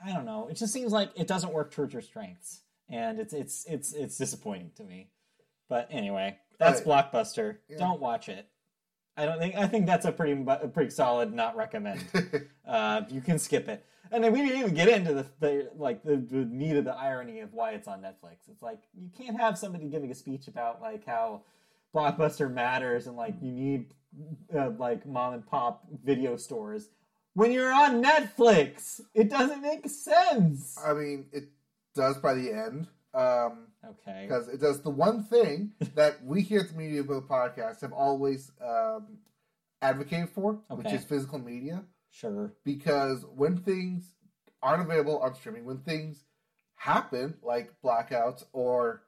B: I don't know it just seems like it doesn't work towards your strengths and it's it's it's it's disappointing to me. But anyway, that's blockbuster. Don't watch it. I don't think I think that's a pretty mu- a pretty solid not recommend. uh, you can skip it. And then we didn't even get into the, the like the, the meat of the irony of why it's on Netflix. It's like you can't have somebody giving a speech about like how blockbuster matters and like you need uh, like mom and pop video stores when you're on Netflix. It doesn't make sense.
A: I mean, it does by the end. Um,
B: Okay.
A: because it does the one thing that we here at the Media Boat Podcast have always um, advocated for, which
B: Okay.
A: is physical media.
B: Sure.
A: Because when things aren't available on streaming, when things happen like blackouts or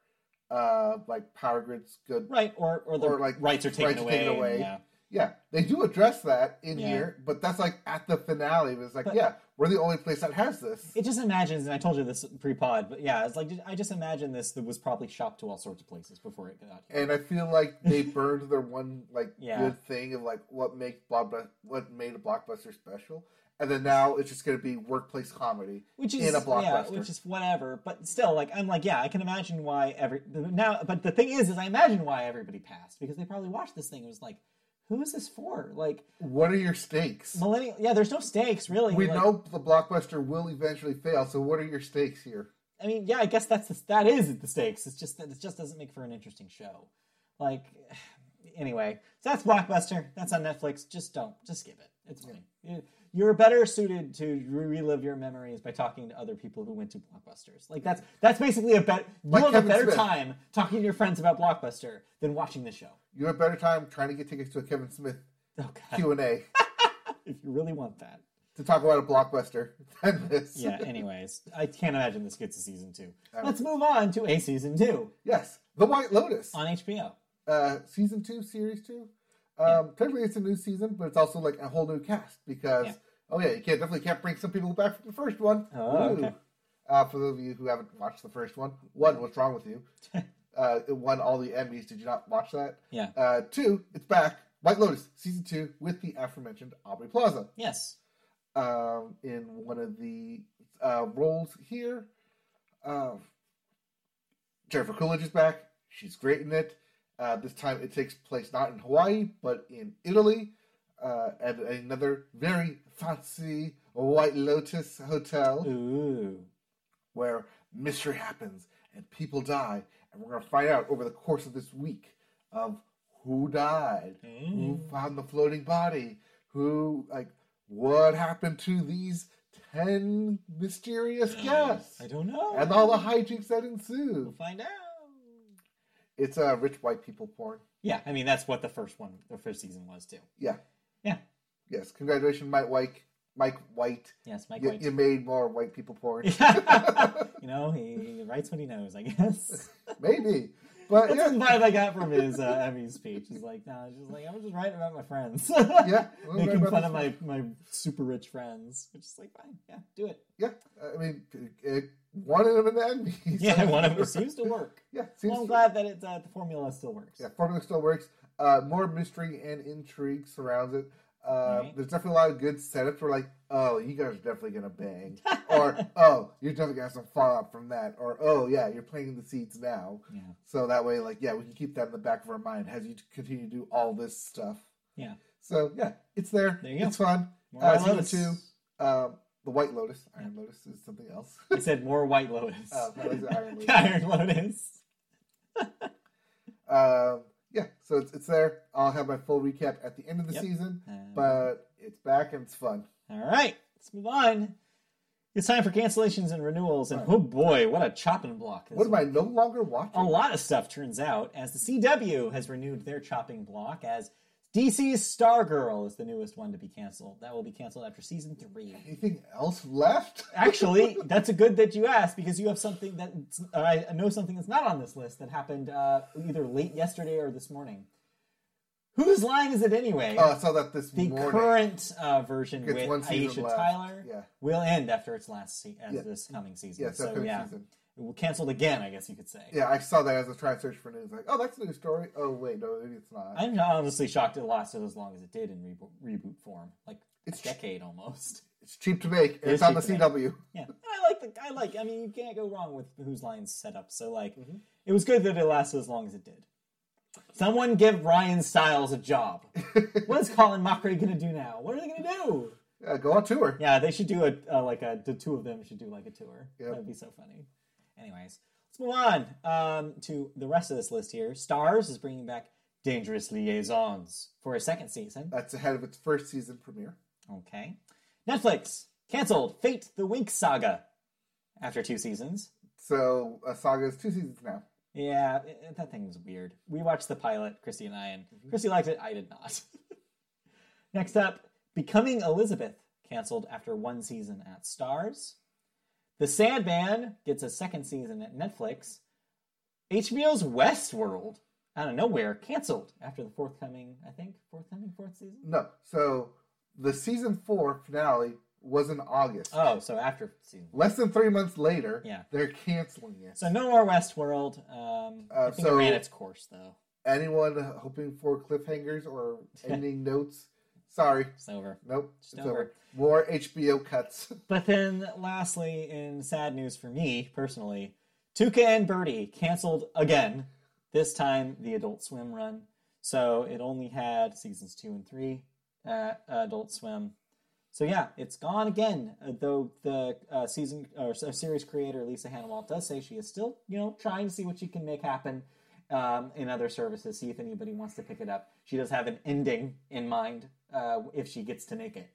A: uh, like power grids good
B: Right. Or or the
A: Or, like,
B: rights are taken
A: rights are
B: away.
A: taken away.
B: Yeah.
A: Yeah, they do address that in
B: Yeah.
A: here, but that's like at the finale. But it's like,
B: But-
A: yeah, we're the only place that has this.
B: It just imagines, and I told you this pre-pod, but yeah, it's like I just imagine this that was probably shopped to all sorts of places before it got out here.
A: And I feel like they burned their one like
B: Yeah.
A: good thing of like what makes blockbuster what made a blockbuster special, and then now it's just going to be workplace comedy.
B: which is
A: in a
B: yeah,
A: blockbuster.
B: which is whatever. But still, like I'm like, yeah, I can imagine why every now. But the thing is, is I imagine why everybody passed because they probably watched this thing and was like, who is this for? Like
A: What are your stakes?
B: millennial? Yeah, there's no stakes really.
A: we
B: Like,
A: know the blockbuster will eventually fail, so what are your stakes here?
B: I mean, yeah, I guess that's the, that is the stakes. It's just that it just doesn't make for an interesting show. Like anyway, so that's blockbuster. That's on Netflix. Just don't. Just skip it. It's fine. You- You're better suited to re- relive your memories by talking to other people who went to blockbusters. Like that's that's basically a bet. You
A: Like
B: have
A: Kevin
B: a better
A: Smith.
B: time talking to your friends about blockbuster than watching the show.
A: You have a better time trying to get tickets to a Kevin Smith
B: Oh God!
A: Q and A
B: If you really want that.
A: to talk about a blockbuster than this.
B: Yeah. Anyways, I can't imagine this gets a season two. Let's move on to a season two
A: Yes, The White Lotus.
B: on HBO.
A: uh, season two, series two. Um, Technically, it's a new season, but it's also like a whole new cast because
B: Yeah.
A: oh yeah, you can't definitely can't bring some people back from the first one.
B: Oh,
A: Ooh.
B: okay.
A: Uh, for those of you who haven't watched the first one, one, what's wrong with you? uh, it won all the Emmys. Did you not watch that?
B: Yeah.
A: Uh, two, it's back. White Lotus season two with the aforementioned Aubrey Plaza
B: Yes.
A: um, in one of the uh, roles here. Um, Jennifer Coolidge is back. She's great in it. Uh, this time it takes place not in Hawaii, but in Italy uh, at another very fancy White Lotus hotel
B: Ooh.
A: where mystery happens and people die. And we're going to find out over the course of this week of who died, who
B: Mm. Oh.
A: found the floating body, who, like, what happened to these 10 mysterious guests,
B: I don't know.
A: and all the hijinks that ensue.
B: We'll find out.
A: It's uh, rich white people porn.
B: Yeah, I mean that's what the first one, the first season was too.
A: Yeah.
B: Yeah.
A: Yes. Congratulations, Mike White. Mike White.
B: Yes, Mike
A: You,
B: White.
A: you made more white people porn.
B: you know, he, he writes what he knows, I guess.
A: Maybe. But
B: That's
A: yeah.
B: the vibe I got from his uh, Emmy speech. He's like, no, it's just like I'm just writing about my friends,
A: Yeah. we'll write
B: making
A: about
B: fun
A: this
B: of my my super rich friends, which is like fine, yeah, do it.
A: Yeah, I mean, it wanted him in the end.
B: Yeah, one of them seems to work.
A: Yeah, seems
B: Well, I'm
A: to-
B: glad that it, uh, the formula still works.
A: yeah, formula still works. Uh, more mystery and intrigue surrounds it. Uh,
B: Right.
A: There's definitely a lot of good setups. Where like, oh, you guys are definitely gonna bang, or oh, you're definitely gonna have some fallout from that, or oh yeah, you're planting the seeds now.
B: Yeah.
A: So that way, like, yeah, we can keep that in the back of our mind as you continue to do all this stuff.
B: Yeah.
A: So yeah, it's there.
B: There you go.
A: It's fun.
B: More
A: Uh,
B: White
A: season
B: Lotus.
A: two, um, the White Lotus, Iron Lotus is something else.
B: I said more White Lotus.
A: Oh, that was Iron Lotus.
B: Iron Lotus.
A: Um, yeah, so it's, it's there. I'll have my full recap at the end of the
B: Yep.
A: season,
B: Um,
A: but it's back and it's fun.
B: All right, let's move on. It's time for cancellations and renewals, and
A: Right.
B: oh boy, what a chopping block! This
A: What am I no longer watching?
B: a lot of stuff turns out as the CW has renewed their chopping block as DC's Stargirl is the newest one to be canceled. That will be canceled after season three.
A: Anything else left?
B: Actually, that's a good that you asked because you have something that uh, I know something that's not on this list that happened uh, either late yesterday or this morning. Whose line is it anyway?
A: Oh, I saw that this
B: the
A: morning.
B: current uh, version
A: Gets
B: with
A: one season
B: Aisha
A: left.
B: Tyler
A: Yeah.
B: will end after its last se- as
A: Yeah.
B: this coming season.
A: yeah, so,
B: so
A: current
B: yeah,
A: season.
B: it will canceled again. I guess you could say.
A: Yeah, I saw that as I was trying to search for news. Like, oh, that's a new story. Oh, wait, no, maybe it's not.
B: I'm honestly shocked it lasted as long as it did in rebo- reboot form, like
A: It's-
B: a decade almost.
A: It's cheap to make. And
B: It is
A: it's on the
B: cheap to make.
A: CW.
B: Yeah, and I like the I like. I mean, you can't go wrong with whose line's set up. So like,
A: Mm-hmm.
B: it was good that it lasted as long as it did. Someone give Ryan Stiles a job. what is Colin Mockery gonna do now? What are they gonna do?
A: Yeah, Uh, go on tour.
B: Yeah, they should do a uh, like a the two of them should do like a tour.
A: Yep.
B: That'd be so funny. Anyways, let's move on um, to the rest of this list here. Stars is bringing back Dangerous Liaisons for a second season.
A: That's ahead of its first season premiere.
B: Okay. Netflix canceled Fate the Wink Saga after two seasons.
A: So, uh, Saga is two seasons now.
B: Yeah, i- i- that thing was weird. We watched the pilot, Christy and I, and
A: Mm-hmm.
B: Christy liked it. I did not. Next up, Becoming Elizabeth canceled after one season at Stars. The Sandman gets a second season at Netflix. HBO's Westworld, out of nowhere, canceled after the forthcoming, I think, forthcoming fourth season.
A: No, so the season four finale was in August.
B: Oh, so after season
A: Less than three months later,
B: Yeah.
A: they're canceling it.
B: So no more Westworld. Um, I
A: Uh,
B: think
A: so-
B: it ran its course, though.
A: Anyone hoping for cliffhangers or ending notes? Sorry,
B: It's over.
A: nope.
B: Just
A: it's over.
B: over.
A: More HBO cuts.
B: But then, lastly, in sad news for me personally, Tuca and Birdie canceled again. This time, the Adult Swim run. So it only had seasons two and three at Adult Swim. So yeah, it's gone again. uh, Though the uh, season or s- series creator Lisa Hannawalt does say she is still, you know, trying to see what she can make happen um, in other services. See if anybody wants to pick it up. She does have an ending in mind uh, if she gets to make it.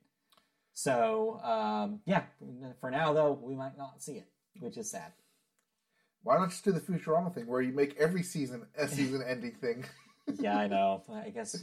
B: So um, yeah, for now though, we might not see it, which is sad.
A: Why not just do the Futurama thing where you make every season a season ending thing?
B: yeah, I know. I guess.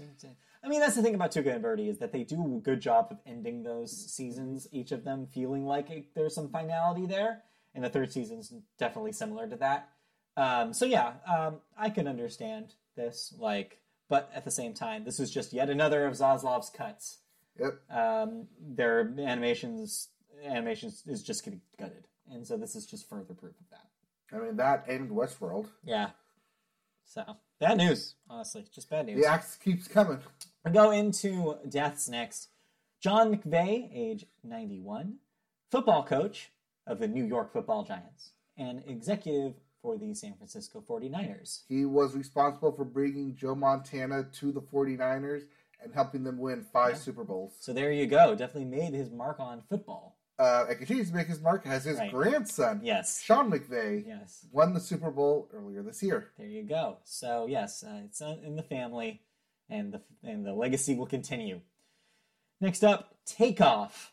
B: I mean, that's the thing about Tuca and Birdie is that they do a good job of ending those seasons, each of them feeling like it, there's some finality there. And the third season's definitely similar to that. Um, so yeah, um, I can understand this. Like, But at the same time, this is just yet another of Zaslav's cuts.
A: Yep.
B: Um, their animations animations is just getting gutted, and so this is just further proof of that.
A: I mean, that and Westworld.
B: Yeah. So bad news, honestly, just bad news.
A: The axe keeps coming.
B: We go into deaths next. John McVay, age 91, football coach of the New York Football Giants and executive for the San Francisco 49ers.
A: He was responsible for bringing Joe Montana to the 49ers and helping them win five Super Bowls.
B: So there you go. Definitely made his mark on football.
A: Uh, and continues to make his mark as his
B: Right.
A: grandson,
B: Yes.
A: Sean McVay,
B: Yes.
A: won the Super Bowl earlier this year.
B: There you go. So yes, uh, it's uh, in the family, and the and the legacy will continue. Next up, Takeoff.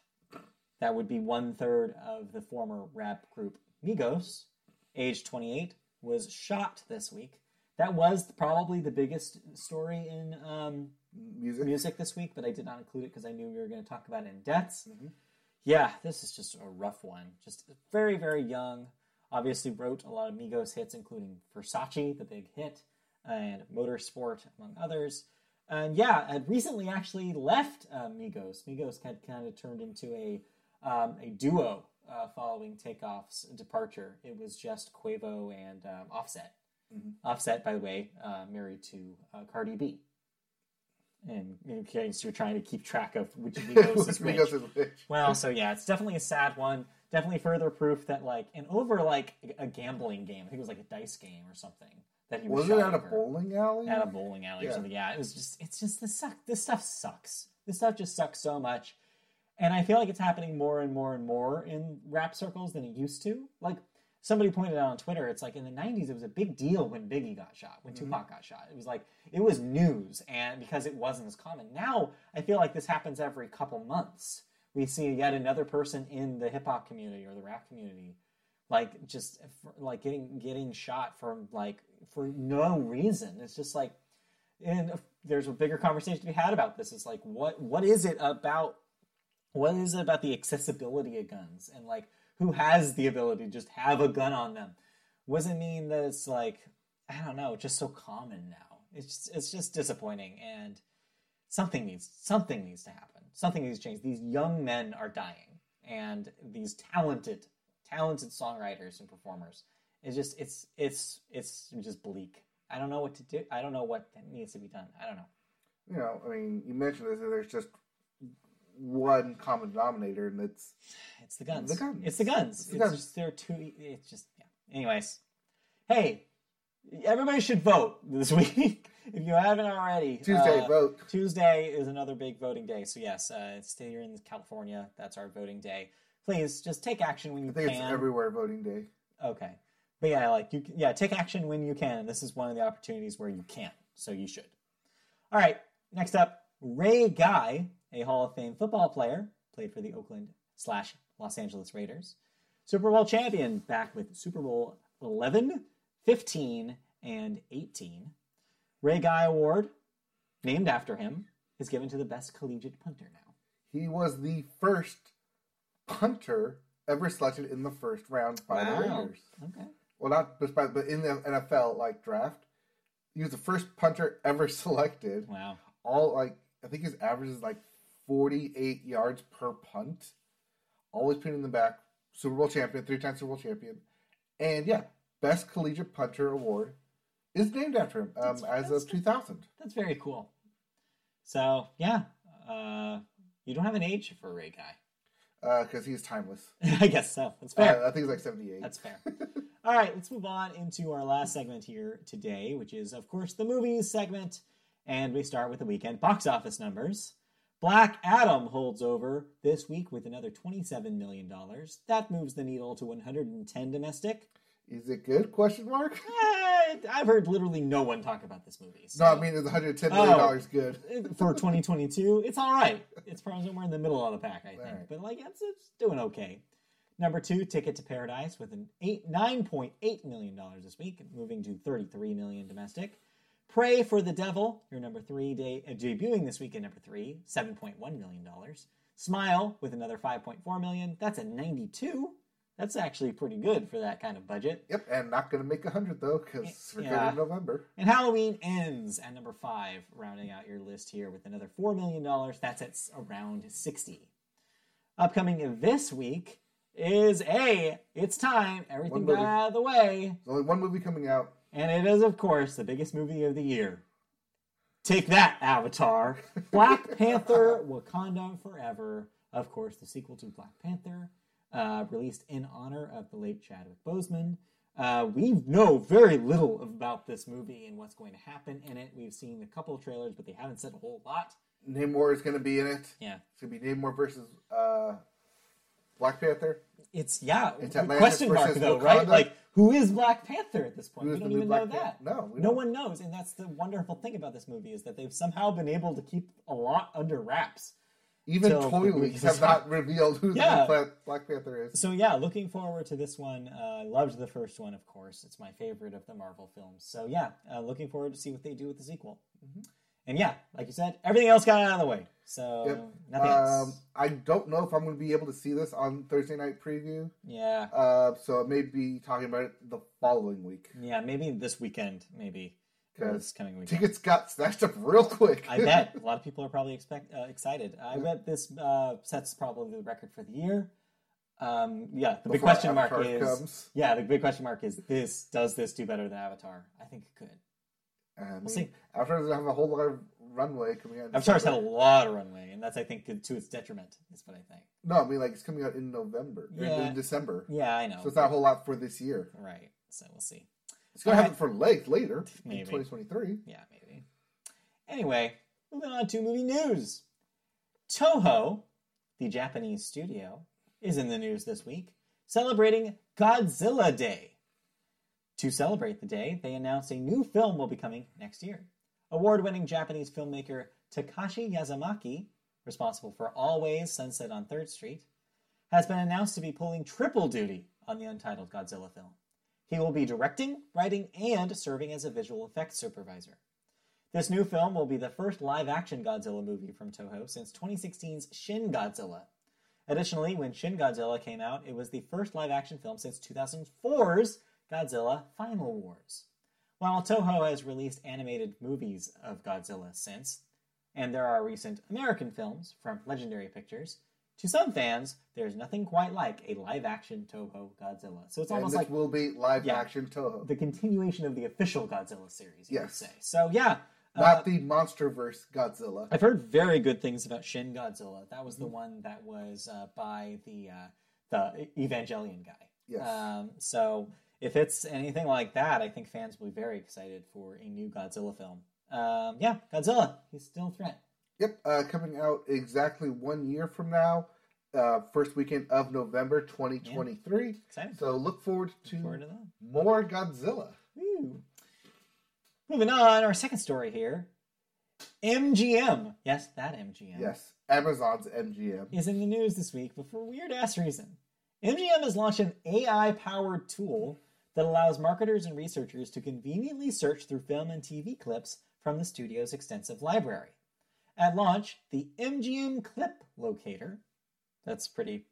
B: That would be one third of the former rap group Migos, age 28, was shot this week. That was probably the biggest story in um,
A: Music.
B: music this week, but I did not include it because I knew we were going to talk about it in depth. Yeah, this is just a rough one. Just very, very young. Obviously, wrote a lot of Migos hits, including Versace, the big hit, and Motorsport, among others. And yeah, had recently actually left uh, Migos. Migos had kind of turned into a um, a duo uh, following Takeoff's departure. It was just Quavo and um, Offset. Offset, by the way, uh, married to uh, Cardi B. And in case you're trying to keep track of which Migos is which.
A: Migos is which.
B: Well, so yeah, it's definitely a sad one. Definitely further proof that like and over like a gambling game. I think it was like a dice game or something that he was,
A: Was it
B: shot
A: at a
B: over.
A: bowling alley?
B: at a bowling alley or
A: Yeah.
B: something. Yeah, it was just it's just this suck. This stuff sucks. This stuff just sucks so much, and I feel like it's happening more and more and more in rap circles than it used to. Like somebody pointed out on Twitter, it's like in the '90s it was a big deal when Biggie got shot, when Tupac got shot. It was like it was news, and because it wasn't as common. Now I feel like this happens every couple months. We see yet another person in the hip hop community or the rap community like just for, like getting getting shot for like for no reason it's just like and if there's a bigger conversation to be had about this it's like what what is it about what is it about the accessibility of guns and like who has the ability to just have a gun on them what does it mean that it's like i don't know just so common now it's just, it's just disappointing and something needs something needs to happen something needs to change these young men are dying and these talented talented songwriters and performers it's just it's it's it's just bleak i don't know what to do i don't know what needs to be done i don't know
A: you know, I mean, you mentioned this, and there's just one common denominator, and it's
B: It's the guns.
A: The guns.
B: It's the guns. It's,
A: It's the guns.
B: just they're too. e, It's just yeah. Anyways, hey, everybody should vote this week if you haven't already.
A: Tuesday
B: Uh,
A: vote.
B: Tuesday is another big voting day. So yes, uh, stay here in California. That's our voting day. Please just take action when you
A: I think it's
B: can.
A: everywhere voting day.
B: okay, but yeah, like you, yeah, take action when you can. This is one of the opportunities where you can, so you should. All right, next up, Ray Guy, a Hall of Fame football player, played for the Oakland slash Los Angeles Raiders. Super Bowl champion, back with Super Bowl 11, 15, and 18. Ray Guy Award, named after him, is given to the best collegiate punter now.
A: He was the first punter ever selected in the first round by the
B: Wow.
A: Raiders.
B: Okay.
A: Well, not just by, but in the NFL like draft, he was the first punter ever selected.
B: Wow.
A: All like I think his average is like 48 yards per punt. Always putting in the back. Super Bowl champion, three-time Super Bowl champion, and yeah, best collegiate punter award is named after him um, as
B: that's-
A: of 2000.
B: That's very cool. So yeah, uh, you don't have an age for a Ray guy.
A: because uh, he's timeless.
B: I guess so. That's fair.
A: Uh, I think he's like 78.
B: That's fair. All right, let's move on into our last segment here today, which is of course the movies segment, and we start with the weekend box office numbers. Black Adam holds over this week with another $27 million. That moves the needle to 110 domestic.
A: Is it good? Question mark.
B: Eh, I've heard literally no one talk about this movie. so-
A: No, I mean it's 110 million dollars. Good.
B: for 2022, it's all right. It's probably somewhere in the middle of the pack, I think.
A: Right.
B: But like, it's, it's doing okay. Number two, Ticket to Paradise with an eight nine point eight million dollars this week, moving to thirty three million domestic. Pray for the Devil, your number three day uh, debuting this week at number three, seven point one million dollars. Smile with another five point four million. That's a ninety two. That's actually pretty good for that kind of budget.
A: Yep, and not going to make 100 though, because we're
B: Yeah.
A: going to November.
B: And Halloween ends at number five, rounding out your list here with another $4 million. That's at s- around 60. Upcoming this week is A, It's Time,
A: One
B: Everything Got
A: movie.
B: Out of the Way.
A: There's only one movie coming out.
B: And it is, of course, the biggest movie of the year. Take that, Avatar. Black Panther Wakanda Forever. Of course, the sequel to Black Panther, uh, released in honor of the late Chadwick Boseman. Uh, we know very little about this movie and what's going to happen in it. We've seen a couple of trailers, but they haven't said a whole lot.
A: Namor is going to be in it.
B: Yeah.
A: It's going to be Namor versus uh, Black Panther.
B: It's, yeah,
A: It's
B: w-
A: Atlantis
B: question mark,
A: versus
B: though,
A: Wakanda.
B: right? Like, who is Black Panther at this point?
A: Who
B: we
A: is
B: don't
A: the new
B: even know
A: Black
B: that.
A: Panther? No, we
B: no
A: don't.
B: one knows and that's the wonderful thing about this movie is that they've somehow been able to keep a lot under wraps
A: Even
B: Till
A: toy
B: the movie
A: leaks have
B: comes
A: not revealed who
B: Yeah.
A: the new Pla- Black Panther is.
B: so yeah looking forward to this one uh, loved the first one of course it's my favorite of the marvel films so yeah uh, looking forward to see what they do with the sequel
A: Mm-hmm.
B: and yeah like you said everything else got out of the way so
A: Yep.
B: nothing
A: Um,
B: else
A: I don't know if I'm going to be able to see this on Thursday night preview,
B: yeah
A: uh, so I may be talking about it the following week.
B: yeah maybe this weekend maybe Or
A: 'Kay.
B: this coming weekend
A: Tickets got snatched up real quick.
B: I bet a lot of people are probably expect uh, excited. I bet this uh, sets probably the record for the year. Um, yeah, the big
A: Before
B: question mark
A: Avatar
B: is
A: comes.
B: yeah, the big question mark is this does this do better than Avatar? I think it could.
A: I mean,
B: see.
A: Avatar doesn't have a whole lot of runway coming out. in
B: Avatar's had a
A: December.
B: lot of runway, and that's I think to its detriment. Is what I think.
A: No, I mean like it's coming out in November, or
B: Yeah.
A: in December.
B: Yeah, I know.
A: So it's not a whole lot for this year.
B: right. So we'll see.
A: It's gonna
B: All
A: happen for late later
B: Maybe.
A: in 2023.
B: Yeah, maybe. Anyway, moving on to movie news. Toho, the Japanese studio, is in the news this week, celebrating Godzilla Day. To celebrate the day, they announced a new film will be coming next year. Award winning Japanese filmmaker Takashi Yazamaki, responsible for Always Sunset on 3rd Street, has been announced to be pulling triple duty on the untitled Godzilla film. He will be directing, writing, and serving as a visual effects supervisor. This new film will be the first live action Godzilla movie from Toho since 2016's Shin Godzilla. Additionally, when Shin Godzilla came out, it was the first live action film since 2004's Godzilla Final Wars. While Toho has released animated movies of Godzilla since, and there are recent American films from Legendary Pictures, to some fans, there's nothing quite like a live action Toho Godzilla. So it's
A: And
B: almost
A: this
B: like
A: will be live
B: Yeah.
A: action Toho,
B: the continuation of the official Godzilla series, you
A: Yes.
B: could say. So yeah, uh,
A: not the MonsterVerse Godzilla.
B: I've heard very good things about Shin Godzilla. That was
A: Mm-hmm.
B: the one that was uh, by the uh, the Evangelion guy.
A: Yes.
B: Um, so if it's anything like that, I think fans will be very excited for a new Godzilla film. Um, yeah, Godzilla, he's still a threat.
A: Yep, uh, coming out exactly one year from now, uh, first weekend of November 2023.
B: Excited.
A: So mm-hmm. look forward to,
B: Forward to that.
A: more Godzilla.
B: Woo. Moving on, our second story here. MGM. Yes, that MGM.
A: Yes, Amazon's MGM.
B: is in the news this week, but for a weird ass reason. MGM has launched an AI powered tool that allows marketers and researchers to conveniently search through film and TV clips from the studio's extensive library. At launch, the MGM Clip Locator, that's pretty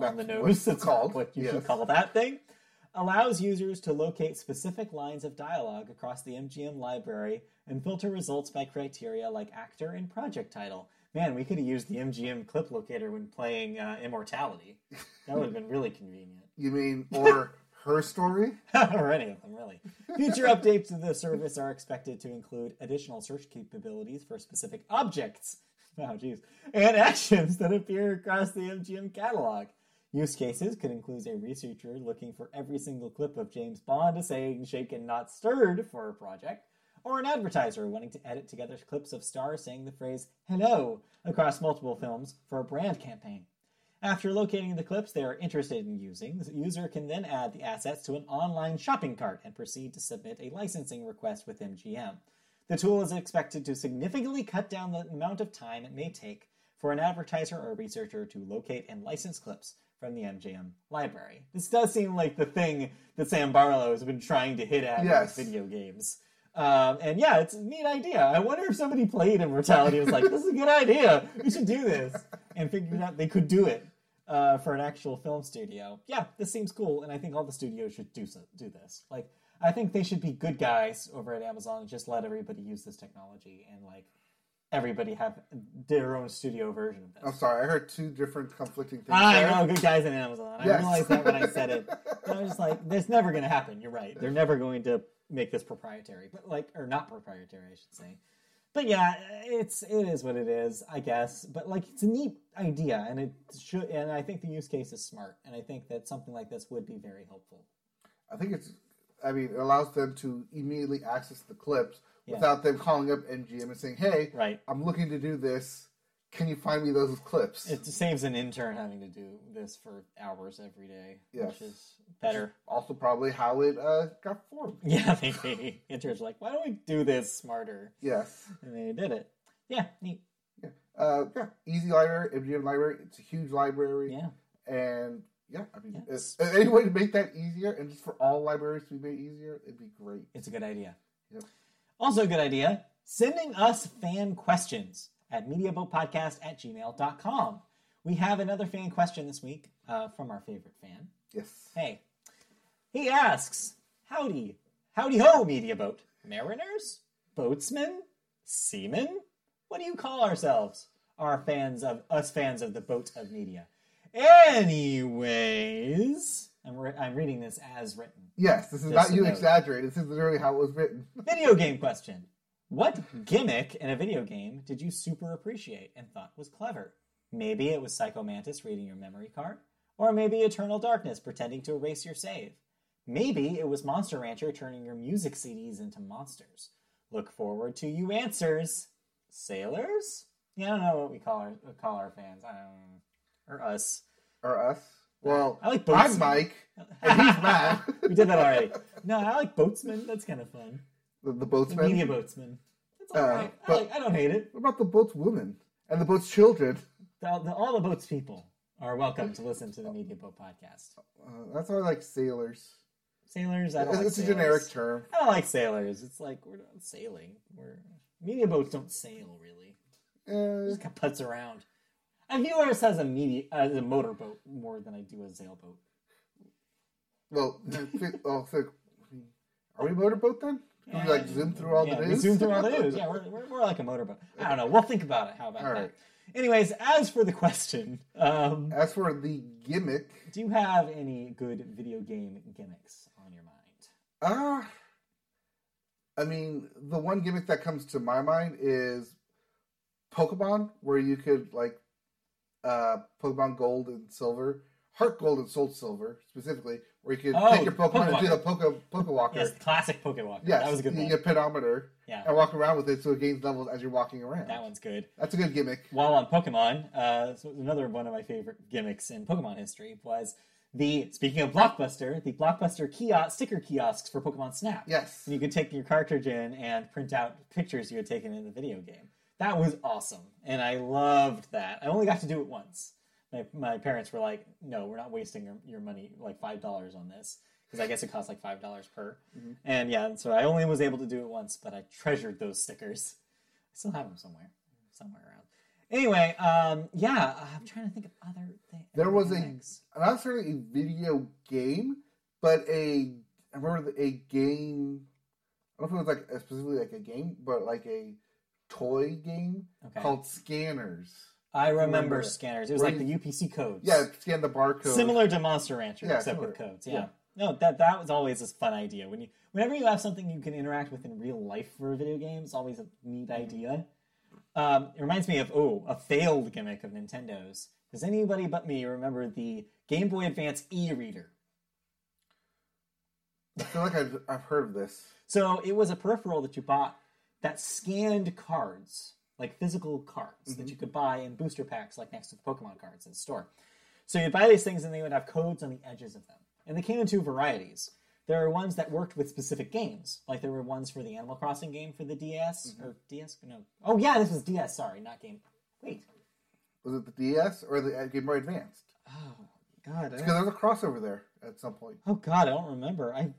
B: on the
A: That's
B: nose,
A: what it's
B: that's
A: called.
B: what you should
A: Yes.
B: call that thing, allows users to locate specific lines of dialogue across the MGM library and filter results by criteria like actor and project title. Man, we could have used the MGM clip locator when playing uh, Immortality. That would have been really convenient.
A: You mean, or her story?
B: or any of them, really. Future updates to the service are expected to include additional search capabilities for specific objects. Oh, geez. And actions that appear across the MGM catalog. Use cases could include a researcher looking for every single clip of James Bond saying shaken, not stirred for a project, or an advertiser wanting to edit together clips of stars saying the phrase hello across multiple films for a brand campaign. After locating the clips they are interested in using, the user can then add the assets to an online shopping cart and proceed to submit a licensing request with MGM. The tool is expected to significantly cut down the amount of time it may take for an advertiser or researcher to locate and license clips from the MGM library. This does seem like the thing that Sam Barlow has been trying to hit at
A: Yes.
B: with video games. Um, and yeah, it's a neat idea. I wonder if somebody played Immortality and was like, this is a good idea. We should do this. And figured out they could do it. uh, for an actual film studio. Yeah, this seems cool, and I think all the studios should do so, do this. Like, I think they should be good guys over at Amazon and just let everybody use this technology and like everybody have their own studio version of this.
A: I'm sorry, I heard two different conflicting things. there.
B: I know, good guys at Amazon. I
A: Yes.
B: realized that when I said it. But I was just like, that's never going to happen. You're right. They're never going to make this proprietary, but like, or not proprietary, I should say. But yeah, it's it is what it is, I guess. But like, it's a neat idea, and it should. And I think the use case is smart, and I think that something like this would be very helpful.
A: I think it's. I mean, it allows them to immediately access the clips
B: Yeah.
A: without them calling up MGM and saying, "Hey,
B: Right.
A: I'm looking to do this. Can you find me those clips?"
B: It saves an intern having to do this for hours every day,
A: Yes.
B: which is better.
A: also, probably how it uh, got formed.
B: Yeah, maybe interns are like, why don't we do this smarter?
A: Yes.
B: And they did it. Yeah, neat.
A: Uh, yeah. Easy Library, MGM Library. It's a huge library,
B: Yeah.
A: and yeah, I mean,
B: Yes.
A: it's- any way to make that easier, and just for all libraries to be made easier, it'd be great.
B: It's a good idea.
A: Yep.
B: Also, a good idea sending us fan questions at mediaboatpodcast at gmail.com. We have another fan question this week uh, from our favorite fan.
A: Yes.
B: Hey, he asks, Howdy, howdy ho, Media Boat. Mariners? Boatsmen? Seamen? What do you call ourselves? Our fans of us fans of the boat of media. Anyways, I'm, re- I'm reading this as written.
A: Yes. This is
B: Just
A: not you
B: a note.
A: exaggerating. This is literally how it was written.
B: Video game question. What gimmick in a video game did you super appreciate and thought was clever? Maybe it was Psycho Mantis reading your memory card, or maybe Eternal Darkness pretending to erase your save. Maybe it was Monster Rancher turning your music CDs into monsters. Look forward to you answers. Sailors? Yeah, I don't know what we call our call our fans. I don't know. Or us.
A: Or us. Well,
B: I like both.
A: I'm Mike, and he's Matt.
B: we did that already. No, I like boatsmen. That's kind of fun.
A: The, the boatsman.
B: Media boatsman. It's
A: Uh,
B: alright. I,
A: but-
B: like, I don't hate it.
A: What about the boat's woman and the boat's children?
B: The, the, all the boat's people are welcome to listen to the Media Boat podcast.
A: Uh, that's why I like sailors.
B: Sailors, I don't like
A: it's a
B: sailors.
A: generic term.
B: I don't like sailors. It's like we're not sailing. We're media boats don't sail really. It
A: Uh,
B: just kind of puts around. I view ours as a media as a motorboat more than I do a sailboat.
A: Eh, well, fi- oh, so, are we motorboat then? Can we like zoom through all
B: yeah,
A: the
B: we
A: news?
B: zoom through all the news. Yeah, we're, we're more like a motorboat. I don't know. We'll think about it. How about
A: All
B: that?
A: right.
B: Anyways, as for the question, um,
A: As for the gimmick,
B: do you have any good video game gimmicks on your mind?
A: uh, I mean, the one gimmick that comes to my mind is Pokemon, where you could like uh, Pokemon Gold and Silver, Heart Gold and Soul Silver specifically, where you could
B: Oh,
A: take your Pokemon and do the
B: Pokewalker.
A: Poke Pokewalker.
B: Yes, the classic Pokewalker.
A: Yes,
B: that was a good
A: you
B: one.
A: get a pedometer
B: Yeah,
A: and walk around with it so it gains levels as you're walking around.
B: that one's good.
A: That's a good gimmick.
B: While on Pokemon, uh, so another one of my favorite gimmicks in Pokemon history was the speaking of Blockbuster, the Blockbuster kiosk sticker kiosks for Pokemon Snap.
A: Yes.
B: and you could take your cartridge in and print out pictures you had taken in the video game. That was awesome, and I loved that. I only got to do it once. My, my parents were like, "No, we're not wasting your, your money, like five dollars on this." Because I guess it costs like five dollars per, and yeah, so I only was able to do it once, but I treasured those stickers. I still have them somewhere, somewhere around. Anyway, um, yeah, I'm trying to think of other things.
A: There was a- Not necessarily a video game, but a I remember the- a game. I don't know if it was like a- specifically like a game, but like a toy game
B: okay.
A: called Scanners.
B: I remember,
A: remember that.
B: scanners. It was
A: Where
B: like
A: you-
B: the UPC codes.
A: Yeah, scan the barcode.
B: similar to Monster Rancher,
A: Yeah,
B: except
A: similar.
B: with codes. Yeah.
A: Yeah.
B: No, that that was always a fun idea. When you, whenever you have something you can interact with in real life for a video game, it's always a neat
A: Mm-hmm.
B: idea. Um, it reminds me of oh, a failed gimmick of Nintendo's. Does anybody but me remember the Game Boy Advance e-reader?
A: I feel like I've, I've heard of this.
B: So it was a peripheral that you bought that scanned cards, like physical cards that you could buy in booster packs, like next to the Pokemon cards in the store. So you'd buy these things and they would have codes on the edges of them. And they came in two varieties. There were ones that worked with specific games, like there were ones for the Animal Crossing game for the DS or DS. No, oh yeah, this was DS. Sorry, not game. Wait,
A: Was it the DS or the uh, Game Boy Advanced?
B: oh god, I
A: Because there was a crossover there at some point.
B: Oh God, I don't remember. I.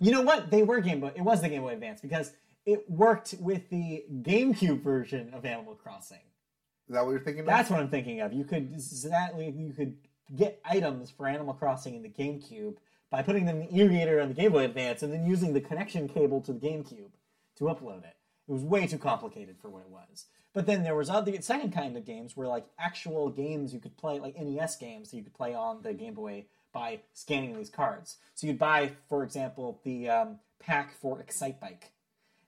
B: You know what? They were Game Boy. It was the Game Boy Advance because it worked with the GameCube version of Animal Crossing.
A: Is that what you're thinking?
B: That's what I'm thinking of. You could exactly you could get items for Animal Crossing in the GameCube by putting them in the irrigator on the Game Boy Advance and then using the connection cable to the GameCube to upload it. It was way too complicated for what it was. But then there was other second kind of games where like actual games you could play, like NES games that you could play on the Game Boy by scanning these cards. So you'd buy, for example, the um, pack for Excite Bike,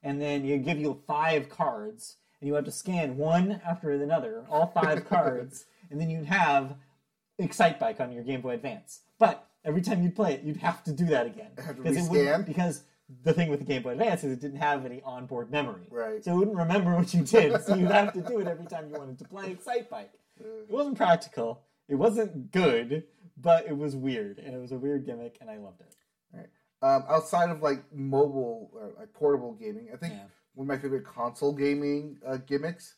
B: and then you give you five cards, and you have to scan one after another, all five cards, and then you'd have Excite Bike on your Game Boy Advance. But every time you'd play it, you'd have to do that again
A: Have to
B: it
A: rescan?
B: wouldn't- because the thing with the Game Boy Advance is it didn't have any onboard memory,
A: Right.
B: So it wouldn't remember what you did. So you'd have to do it every time you wanted to play Excite Bike. It wasn't practical. It wasn't good, but it was weird, and it was a weird gimmick, and I loved it.
A: Um, outside of like mobile, or, like portable gaming, I think
B: Yeah.
A: one of my favorite console gaming uh, gimmicks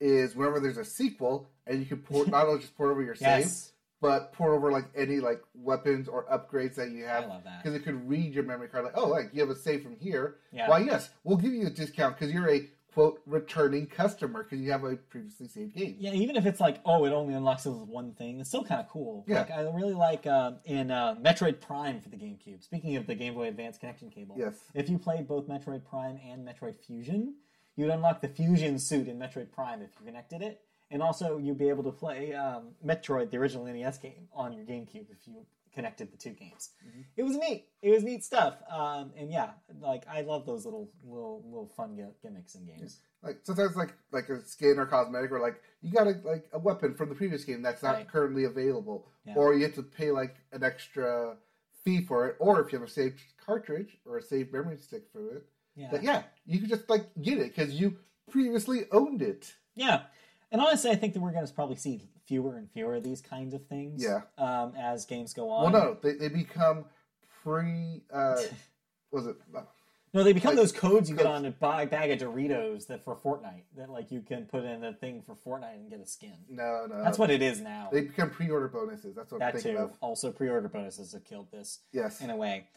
A: is whenever there's a sequel and you can port not only just port over your save,
B: Yes,
A: but port over like any like weapons or upgrades that you
B: I
A: have
B: love that.
A: because it could read your memory card like oh like you have a save from here
B: Yeah.
A: why yes we'll give you a discount because you're a quote returning customer because you have a previously saved game
B: Yeah, even if it's like, oh, it only unlocks this one thing, it's still kind of cool.
A: Yeah.
B: Like, I really like uh, in uh, Metroid Prime for the GameCube. Speaking of the Game Boy Advance connection cable,
A: Yes.
B: if you played both Metroid Prime and Metroid Fusion, you'd unlock the Fusion suit in Metroid Prime if you connected it, and also you'd be able to play um, Metroid, the original NES game, on your GameCube if you connected the two games.
A: Mm-hmm.
B: It was neat. It was neat stuff. Um, and yeah, like I love those little little little fun gi- gimmicks in games.
A: like sometimes like like a skin or cosmetic or like you got a like a weapon from the previous game that's not
B: Right.
A: currently available
B: Yeah.
A: or you have to pay like an extra fee for it or if you have a saved cartridge or a saved memory stick for it
B: Yeah.
A: that yeah you can just like get it because you previously owned it
B: Yeah. And honestly, I think that we're going to probably see fewer and fewer of these kinds of things
A: Yeah.
B: um, as games go on.
A: well no they, they become pre uh was it uh,
B: No, they become
A: Like,
B: those codes you get
A: codes.
B: on a bag, bag of Doritos that for Fortnite, that like you can put in a thing for Fortnite and get a skin.
A: no no
B: That's what it is now.
A: they become pre-order bonuses that's what i'm
B: that
A: thinking
B: too.
A: of
B: Also, pre order bonuses have killed this.
A: yes
B: in a way.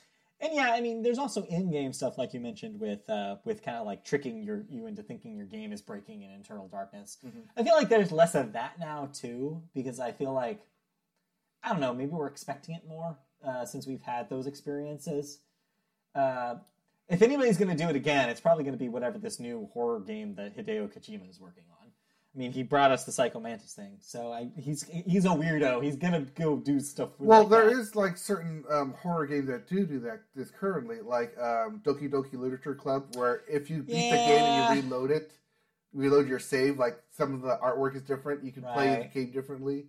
B: And yeah, I mean, there's also in-game stuff like you mentioned with uh, with kind of like tricking your you into thinking your game is breaking in internal darkness.
A: Mhm.
B: I feel like there's less of that now too because I feel like I don't know, maybe we're expecting it more uh, since we've had those experiences. Uh, if anybody's going to do it again, it's probably going to be whatever this new horror game that Hideo Kojima is working on. I mean, he brought us the Psycho Mantis thing, so I, he's he's a weirdo. He's gonna go do stuff.
A: Well,
B: like
A: there
B: that.
A: is like certain um, horror games that do do that this currently, like um, Doki Doki Literature Club, where if you beat the game and you
B: Yeah.
A: reload it, reload your save, like some of the artwork is different. You can play the
B: Right.
A: game differently.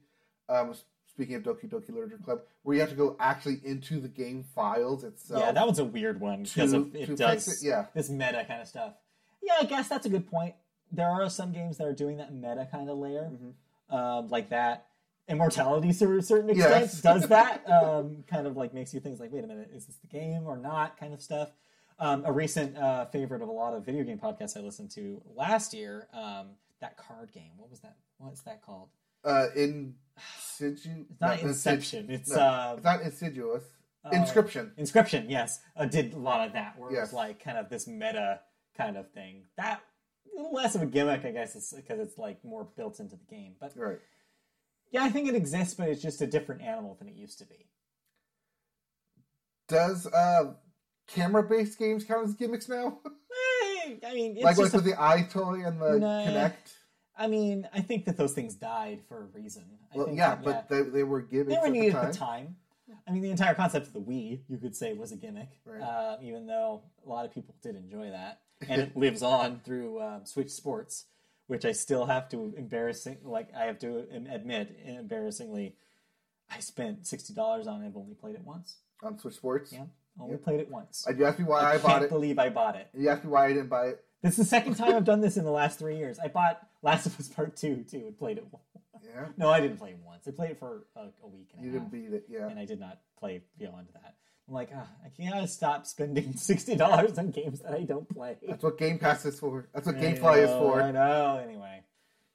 A: Um, s- speaking of Doki Doki Literature Club, where you have to go actually into the game files itself.
B: yeah, that was a weird one because
A: to-
B: of,
A: to
B: it
A: fix
B: does
A: it, yeah.
B: this meta kind of stuff. Yeah, I guess that's a good point. There are some games that are doing that meta kind of layer, um, like that. Immortality, to a certain extent,
A: Mm-hmm. Yes.
B: does that um, kind of like makes you think like, wait a minute, is this the game or not? Kind of stuff. Um, a recent uh, favorite of a lot of video game podcasts I listened to last year, um, that card game. What was that? What's that called?
A: uh, in Situ-
B: It's not
A: no,
B: Inception.
A: Insid-
B: It's
A: no,
B: uh,
A: it's not insidious.
B: uh,
A: Inscription.
B: Inscription, yes, uh, did a lot of that, where it
A: Yes.
B: was like kind of this meta kind of thing. That less of a gimmick, I guess, it's because it's like more built into the game. But
A: Right.
B: yeah, I think it exists, but it's just a different animal than it used to be.
A: Does uh, camera-based games count as gimmicks now?
B: Eh, I mean, it's
A: like like
B: just a-
A: with the eye toy and the
B: Nah.
A: Connect.
B: I mean, I think that those things died for a reason. I
A: Well,
B: think
A: yeah,
B: that,
A: but They, they were gimmicks
B: they were
A: at
B: needed
A: the time.
B: at the time. I mean, the entire concept of the Wii, you could say, was a gimmick,
A: Right.
B: uh, even though a lot of people did enjoy that, and it lives on through um, Switch Sports, which I still have to embarrassing, like I have to em- admit, embarrassingly, I spent sixty dollars on it. I've only played it once.
A: on Switch Sports.
B: Yeah, only played it once.
A: And you asked me why I,
B: I
A: bought
B: can't
A: it.
B: believe I bought it.
A: and you asked me why I didn't buy it.
B: This is the second time I've done this in the last three years. I bought Last of Us Part Two too and played it. once.
A: Yeah,
B: No, I didn't play it once. I played it for uh, a week and
A: you
B: a half.
A: didn't beat it. Yeah,
B: and I did not play beyond that. I'm like, ah, I can't stop spending sixty dollars on games that I don't play.
A: that's what Game Pass is for. That's what
B: I
A: GameFly is
B: know,
A: for.
B: I know. Anyway,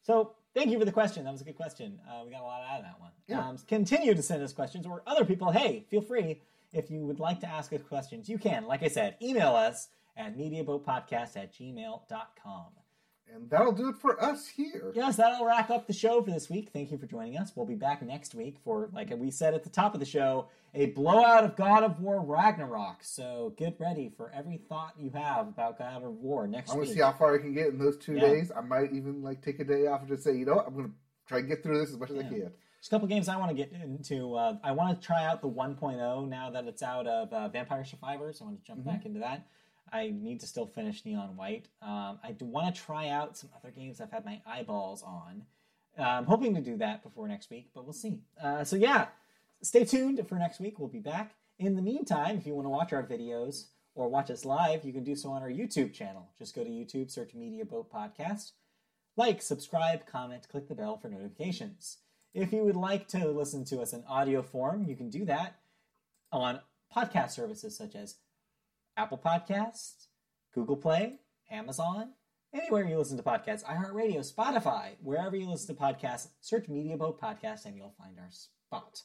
B: so thank you for the question. That was a good question. Uh, we got a lot out of that one.
A: Yeah.
B: Um, continue to send us questions or other people. Hey, feel free if you would like to ask us questions. You can, like I said, email us at mediaboatpodcast at gmail.com.
A: And that'll do it for us here.
B: Yes, that'll wrap up the show for this week. Thank you for joining us. We'll be back next week for, like we said at the top of the show, a blowout of God of War Ragnarok. So get ready for every thought you have about God of War next
A: I want
B: week.
A: to see how far I can get in those two
B: Yeah.
A: days. I might even like take a day off and just say, you know what, I'm gonna try and get through this as much as I
B: Yeah.
A: can.
B: There's a couple games I want to get into. Uh, I want to try out the 1.0 now that it's out of uh, Vampire Survivors. I want to jump back into that. I need to still finish Neon White. Um, I do want to try out some other games I've had my eyeballs on. Uh, I'm hoping to do that before next week, but we'll see. Uh, so, yeah, stay tuned for next week. We'll be back. In the meantime, if you want to watch our videos or watch us live, you can do so on our YouTube channel. Just go to YouTube, search Media Boat Podcast like, subscribe, comment, click the bell for notifications. If you would like to listen to us in audio form, you can do that on podcast services such as Apple Podcasts, Google Play, Amazon, anywhere you listen to podcasts, iHeartRadio, Spotify, wherever you listen to podcasts, search Media Boat Podcast and you'll find our spot.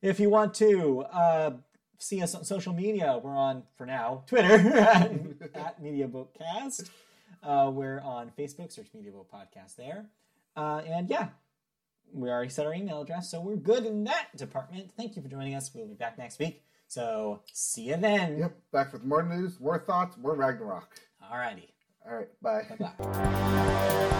B: If you want to uh, see us on social media, we're on, for now, Twitter at, at Media Boat Cast. Uh, we're on Facebook, search Media Boat Podcast there. Uh, and yeah, we already set our email address, so we're good in that department. Thank you for joining us. We'll be back next week. So see you then.
A: Yep, back with more news, more thoughts, more Ragnarok.
B: Alrighty.
A: All right, bye.
B: Bye bye.